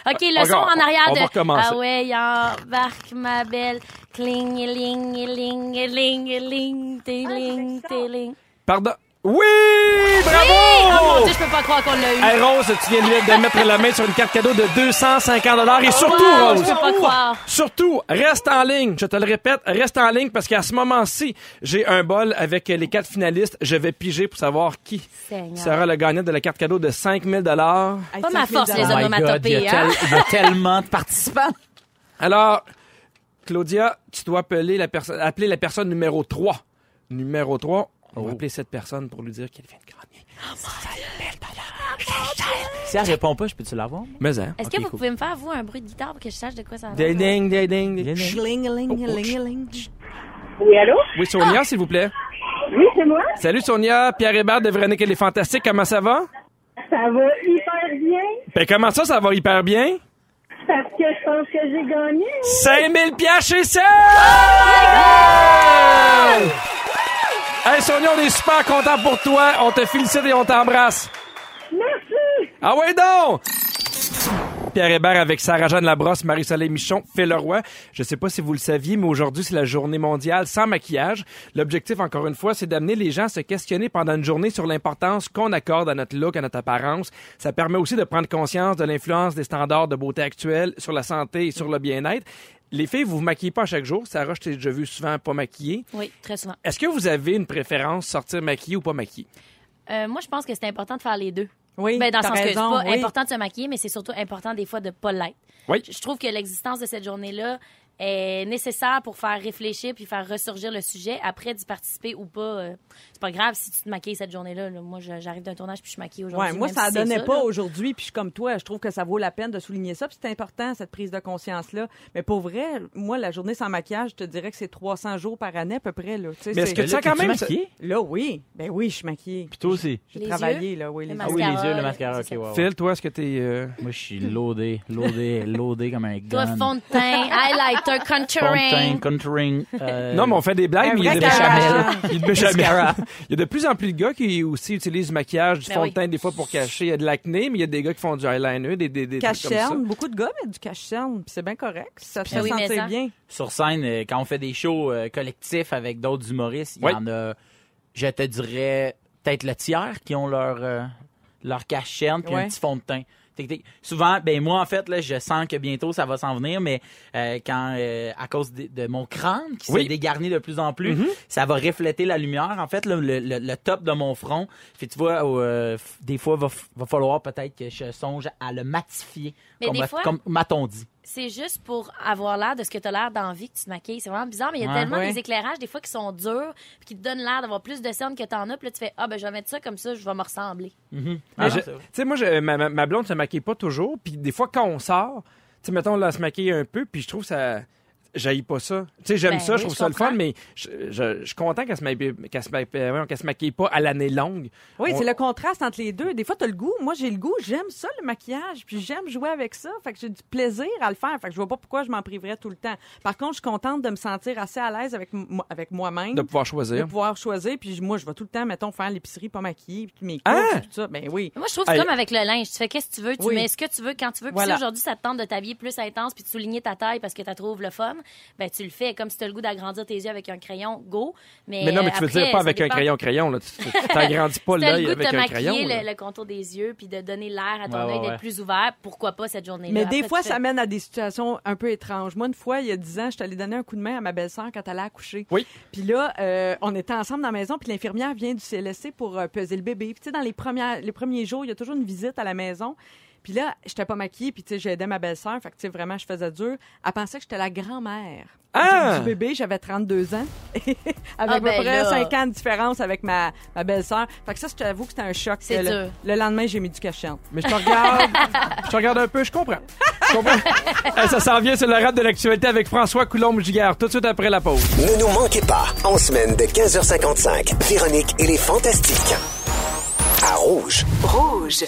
Speaker 4: OK, le
Speaker 3: Encore,
Speaker 4: son en arrière
Speaker 3: on
Speaker 4: de.
Speaker 3: va recommencer.
Speaker 4: Ah ouais, y embarque ma belle. Cling, ling, ling, ling, ling, ling, ling.
Speaker 3: Pardon? Oui! Ah,
Speaker 4: Oui! Oh mon
Speaker 3: Bravo!
Speaker 4: dieu, je peux pas croire qu'on l'a eu.
Speaker 3: Hey Rose, tu viens de de mettre la main sur une carte cadeau de 250 et surtout
Speaker 4: Wow,
Speaker 3: Rose,
Speaker 4: Oh, je peux pas croire.
Speaker 3: surtout reste en ligne. Je te le répète, reste en ligne parce qu'à ce moment-ci, j'ai un bol avec les quatre finalistes. Je vais piger pour savoir qui
Speaker 4: Seigneur.
Speaker 3: sera le gagnant de la carte cadeau de 5000 dollars.
Speaker 4: Pas ma force, les
Speaker 2: Oh
Speaker 4: onomatopées.
Speaker 3: il y a
Speaker 4: hein?
Speaker 3: tel- il y a tellement de participants. Alors, Claudia, tu dois appeler la personne, appeler la personne numéro 3. Numéro 3, on va appeler cette personne pour lui dire qu'elle vient de gagner.
Speaker 2: Si elle répond pas, je peux-tu l'avoir?
Speaker 3: Mais hein.
Speaker 4: Est-ce que vous pouvez me faire, vous, un bruit de guitare pour que je sache de quoi ça va?
Speaker 3: Ding, ding, ding, ding, ding.
Speaker 12: Oui, allô?
Speaker 3: Oui, Sonia, s'il vous plaît.
Speaker 12: Oui, c'est moi.
Speaker 3: Salut Sonia, Pierre Hébert de Véronique et les Fantastiques, comment ça va?
Speaker 12: Ça va hyper bien
Speaker 3: Ben comment ça, ça va hyper bien?
Speaker 12: parce que je pense que j'ai gagné.
Speaker 3: 5000 piastres chez Seb! Hey Sonia, on est super content pour toi, on te félicite et on t'embrasse.
Speaker 12: Merci!
Speaker 3: Ah ouais donc! Pierre Hébert avec Sarah-Jeanne Labrosse, Marie-Soleil Michon, fait le roi. Je sais pas si vous le saviez, mais aujourd'hui, c'est la journée mondiale sans maquillage. L'objectif, encore une fois, c'est d'amener les gens à se questionner pendant une journée sur l'importance qu'on accorde à notre look, à notre apparence. Ça permet aussi de prendre conscience de l'influence des standards de beauté actuels sur la santé et sur le bien-être. Les filles, vous vous maquillez pas à chaque jour. Sarah, je t'ai déjà vu souvent pas maquillée.
Speaker 4: Oui, très souvent.
Speaker 3: Est-ce que vous avez une préférence sortir maquillée ou pas maquillée?
Speaker 4: Euh, moi, je pense que c'est important de faire les deux.
Speaker 5: Oui,
Speaker 4: ben, dans le
Speaker 5: t'as
Speaker 4: sens que c'est
Speaker 5: raison,
Speaker 4: pas
Speaker 5: oui.
Speaker 4: important de se maquiller, mais c'est surtout important des fois de pas l'être.
Speaker 3: Oui.
Speaker 4: Je trouve que l'existence de cette journée-là est nécessaire pour faire réfléchir puis faire ressurgir le sujet. Après, d'y participer ou pas, euh, c'est pas grave si tu te maquilles cette journée-là. là. Moi, je- j'arrive d'un tournage puis je suis maquillée aujourd'hui.
Speaker 5: Ouais, moi,
Speaker 4: même
Speaker 5: ça
Speaker 4: si c'est
Speaker 5: donnait pas
Speaker 4: là.
Speaker 5: aujourd'hui, puis je suis comme toi, je trouve que ça vaut la peine de souligner ça, puis c'est important, cette prise de conscience-là. Mais pour vrai, moi, la journée sans maquillage, je te dirais que c'est 300 jours par année à peu près. Là.
Speaker 3: Mais est-ce que tu sens quand même- maquillée?
Speaker 5: Là, oui. Ben oui, je suis maquillée. Puis
Speaker 2: toi aussi?
Speaker 5: J'ai
Speaker 2: Les
Speaker 5: travaillé,
Speaker 2: yeux,
Speaker 5: là, oui.
Speaker 2: le Ah oui, les mascara, yeux, le mascara, c'est ok, ça.
Speaker 4: Oh.
Speaker 2: wow.
Speaker 3: Phil, toi, est-ce que t'es... euh,
Speaker 2: Moi, je suis loadé, loadé, loadé comme un
Speaker 4: Toi,
Speaker 2: gun.
Speaker 4: fond de teint, highlighter,
Speaker 2: Fontaine,
Speaker 4: contouring.
Speaker 2: contouring. euh,
Speaker 3: Non, mais on fait des blagues,
Speaker 2: un
Speaker 3: mais il y a
Speaker 2: vrai
Speaker 3: des
Speaker 2: caramel.
Speaker 3: Il y a des béchamel.
Speaker 2: Mascara.
Speaker 3: Il y a de plus en plus de gars qui aussi utilisent du maquillage, du
Speaker 5: Ben
Speaker 3: fond
Speaker 5: oui.
Speaker 3: de teint des fois pour cacher. Il y a de l'acné, mais il y a des gars qui font du eyeliner, des, des, des trucs comme ça.
Speaker 5: Cache-cerne. Beaucoup de gars mettent du cache-cerne, puis c'est bien correct. Ça te
Speaker 2: Puis-
Speaker 5: fait sentir bien.
Speaker 2: Sur scène, euh, quand on fait des shows euh, collectifs avec d'autres humoristes, il
Speaker 5: Oui.
Speaker 2: y en a, je te dirais, peut-être le tiers qui ont leur, euh, leur cache-chaîne puis
Speaker 5: Ouais.
Speaker 2: un petit fond de teint. Tic, tic. Souvent, ben moi, en fait, là, je sens que bientôt ça va s'en venir, mais euh, quand, euh, à cause de, de mon crâne qui
Speaker 6: Oui.
Speaker 2: s'est dégarni de plus en plus,
Speaker 6: Mhm.
Speaker 2: ça va refléter la lumière. En fait, là, le, le- le top de mon front, puis tu vois, euh, f- des fois, va, f- va falloir peut-être que je songe à le matifier,
Speaker 4: Mais
Speaker 2: comme,
Speaker 4: des
Speaker 2: m'a-
Speaker 4: fois-
Speaker 2: comme m'a-t-on dit.
Speaker 4: C'est juste pour avoir l'air de ce que tu as l'air d'envie que tu te maquilles. C'est vraiment bizarre, mais il y a
Speaker 2: Ouais.
Speaker 4: tellement
Speaker 2: Ouais.
Speaker 4: des éclairages, des fois, qui sont durs, puis qui te donnent l'air d'avoir plus de cernes que t'en as, puis là, tu fais Ah, ben, je vais mettre ça comme ça, je vais me ressembler.
Speaker 3: Mhm.
Speaker 2: Ah,
Speaker 3: Mais je- Tu sais, moi, je- ma, ma- ma blonde se maquille pas toujours. Puis des fois, quand on sort, tu sais, mettons, là, elle se maquille un peu, puis je trouve ça. j'haïs pas ça. Tu sais, j'aime
Speaker 13: Ben
Speaker 3: ça,
Speaker 13: oui,
Speaker 3: je trouve
Speaker 13: je
Speaker 3: ça le fun,
Speaker 13: comprends.
Speaker 3: mais je, je- je suis content qu'elle se maquille, qu'elle se maquille- euh, voyons, qu'elle se maquille pas à l'année longue.
Speaker 5: Oui,
Speaker 3: On-
Speaker 5: c'est le contraste entre les deux. Des fois, t'as le goût. Moi, j'ai le goût. J'aime ça, le maquillage. Puis j'aime jouer avec ça. Fait que j'ai du plaisir à le faire. Fait que je vois pas pourquoi je m'en priverais tout le temps. Par contre, je suis contente de me sentir assez à l'aise avec, m- moi- avec moi-même.
Speaker 3: De
Speaker 4: Mm.
Speaker 3: pouvoir choisir.
Speaker 5: De pouvoir choisir. Puis moi, je vais tout le temps, mettons, faire l'épicerie pas maquillée. Puis mes
Speaker 3: Hein?
Speaker 5: courses, puis tout ça. Ben oui.
Speaker 4: Moi, je trouve que c'est comme avec le linge. Tu fais qu'est-ce que tu veux, tu
Speaker 5: Oui.
Speaker 4: mets ce que tu veux quand tu veux. Puis
Speaker 5: Voilà.
Speaker 4: si aujourd'hui, ça te tente de t'habiller plus intense puis de souligner ta taille parce que tu trouves le fun, ben tu le fais. Comme si tu as le goût d'agrandir tes yeux avec un crayon, go. Mais,
Speaker 3: Mais non, mais
Speaker 4: euh,
Speaker 3: tu veux
Speaker 4: après,
Speaker 3: dire pas
Speaker 4: ça
Speaker 3: avec un
Speaker 4: dépend.
Speaker 3: crayon crayon là, tu tu- t'agrandis pas
Speaker 4: Si t'as le
Speaker 3: l'œil
Speaker 4: goût de
Speaker 3: avec
Speaker 4: te
Speaker 3: un crayon.
Speaker 4: maquiller
Speaker 3: là.
Speaker 4: le, le contour des yeux puis de donner l'air à ton
Speaker 3: Ouais,
Speaker 4: œil
Speaker 3: ouais,
Speaker 4: d'être
Speaker 3: ouais.
Speaker 4: plus ouvert, pourquoi pas cette journée-là?
Speaker 5: Mais
Speaker 4: Après,
Speaker 5: des
Speaker 4: tu
Speaker 5: fois,
Speaker 4: fais-
Speaker 5: ça mène à des situations un peu étranges. Moi, une fois, il y a 10 ans, je suis allée donner un coup de main à ma belle-sœur quand elle a accouché.
Speaker 3: Oui.
Speaker 5: Puis là, euh, on était ensemble dans la maison, puis l'infirmière vient du CLSC pour euh, peser le bébé. Puis tu sais, dans les, premières, les premiers jours, il y a toujours une visite à la maison. Puis là, j'étais pas maquillée, puis tu sais, j'aidais ma belle-sœur. Fait que tu sais, vraiment, je faisais dur. Elle pensait que j'étais la grand-mère
Speaker 3: Ah!
Speaker 5: du bébé. J'avais 32 ans. avec à peu
Speaker 4: ben
Speaker 5: près
Speaker 4: là.
Speaker 5: 5 ans de différence avec ma, ma belle-sœur. Fait que ça, je t'avoue que c'était un choc.
Speaker 4: C'est
Speaker 5: Le-
Speaker 4: dur.
Speaker 5: Le lendemain, j'ai mis du cachette.
Speaker 3: Mais je te regarde, je te regarde un peu, je comprends. Je comprends. Eh, ça s'en vient sur le rap de l'actualité avec François Coulombe-Giguère, tout de suite après la pause.
Speaker 1: Ne nous manquez pas, en semaine de 15h55, Véronique et les Fantastiques. À Rouge.
Speaker 14: Rouge.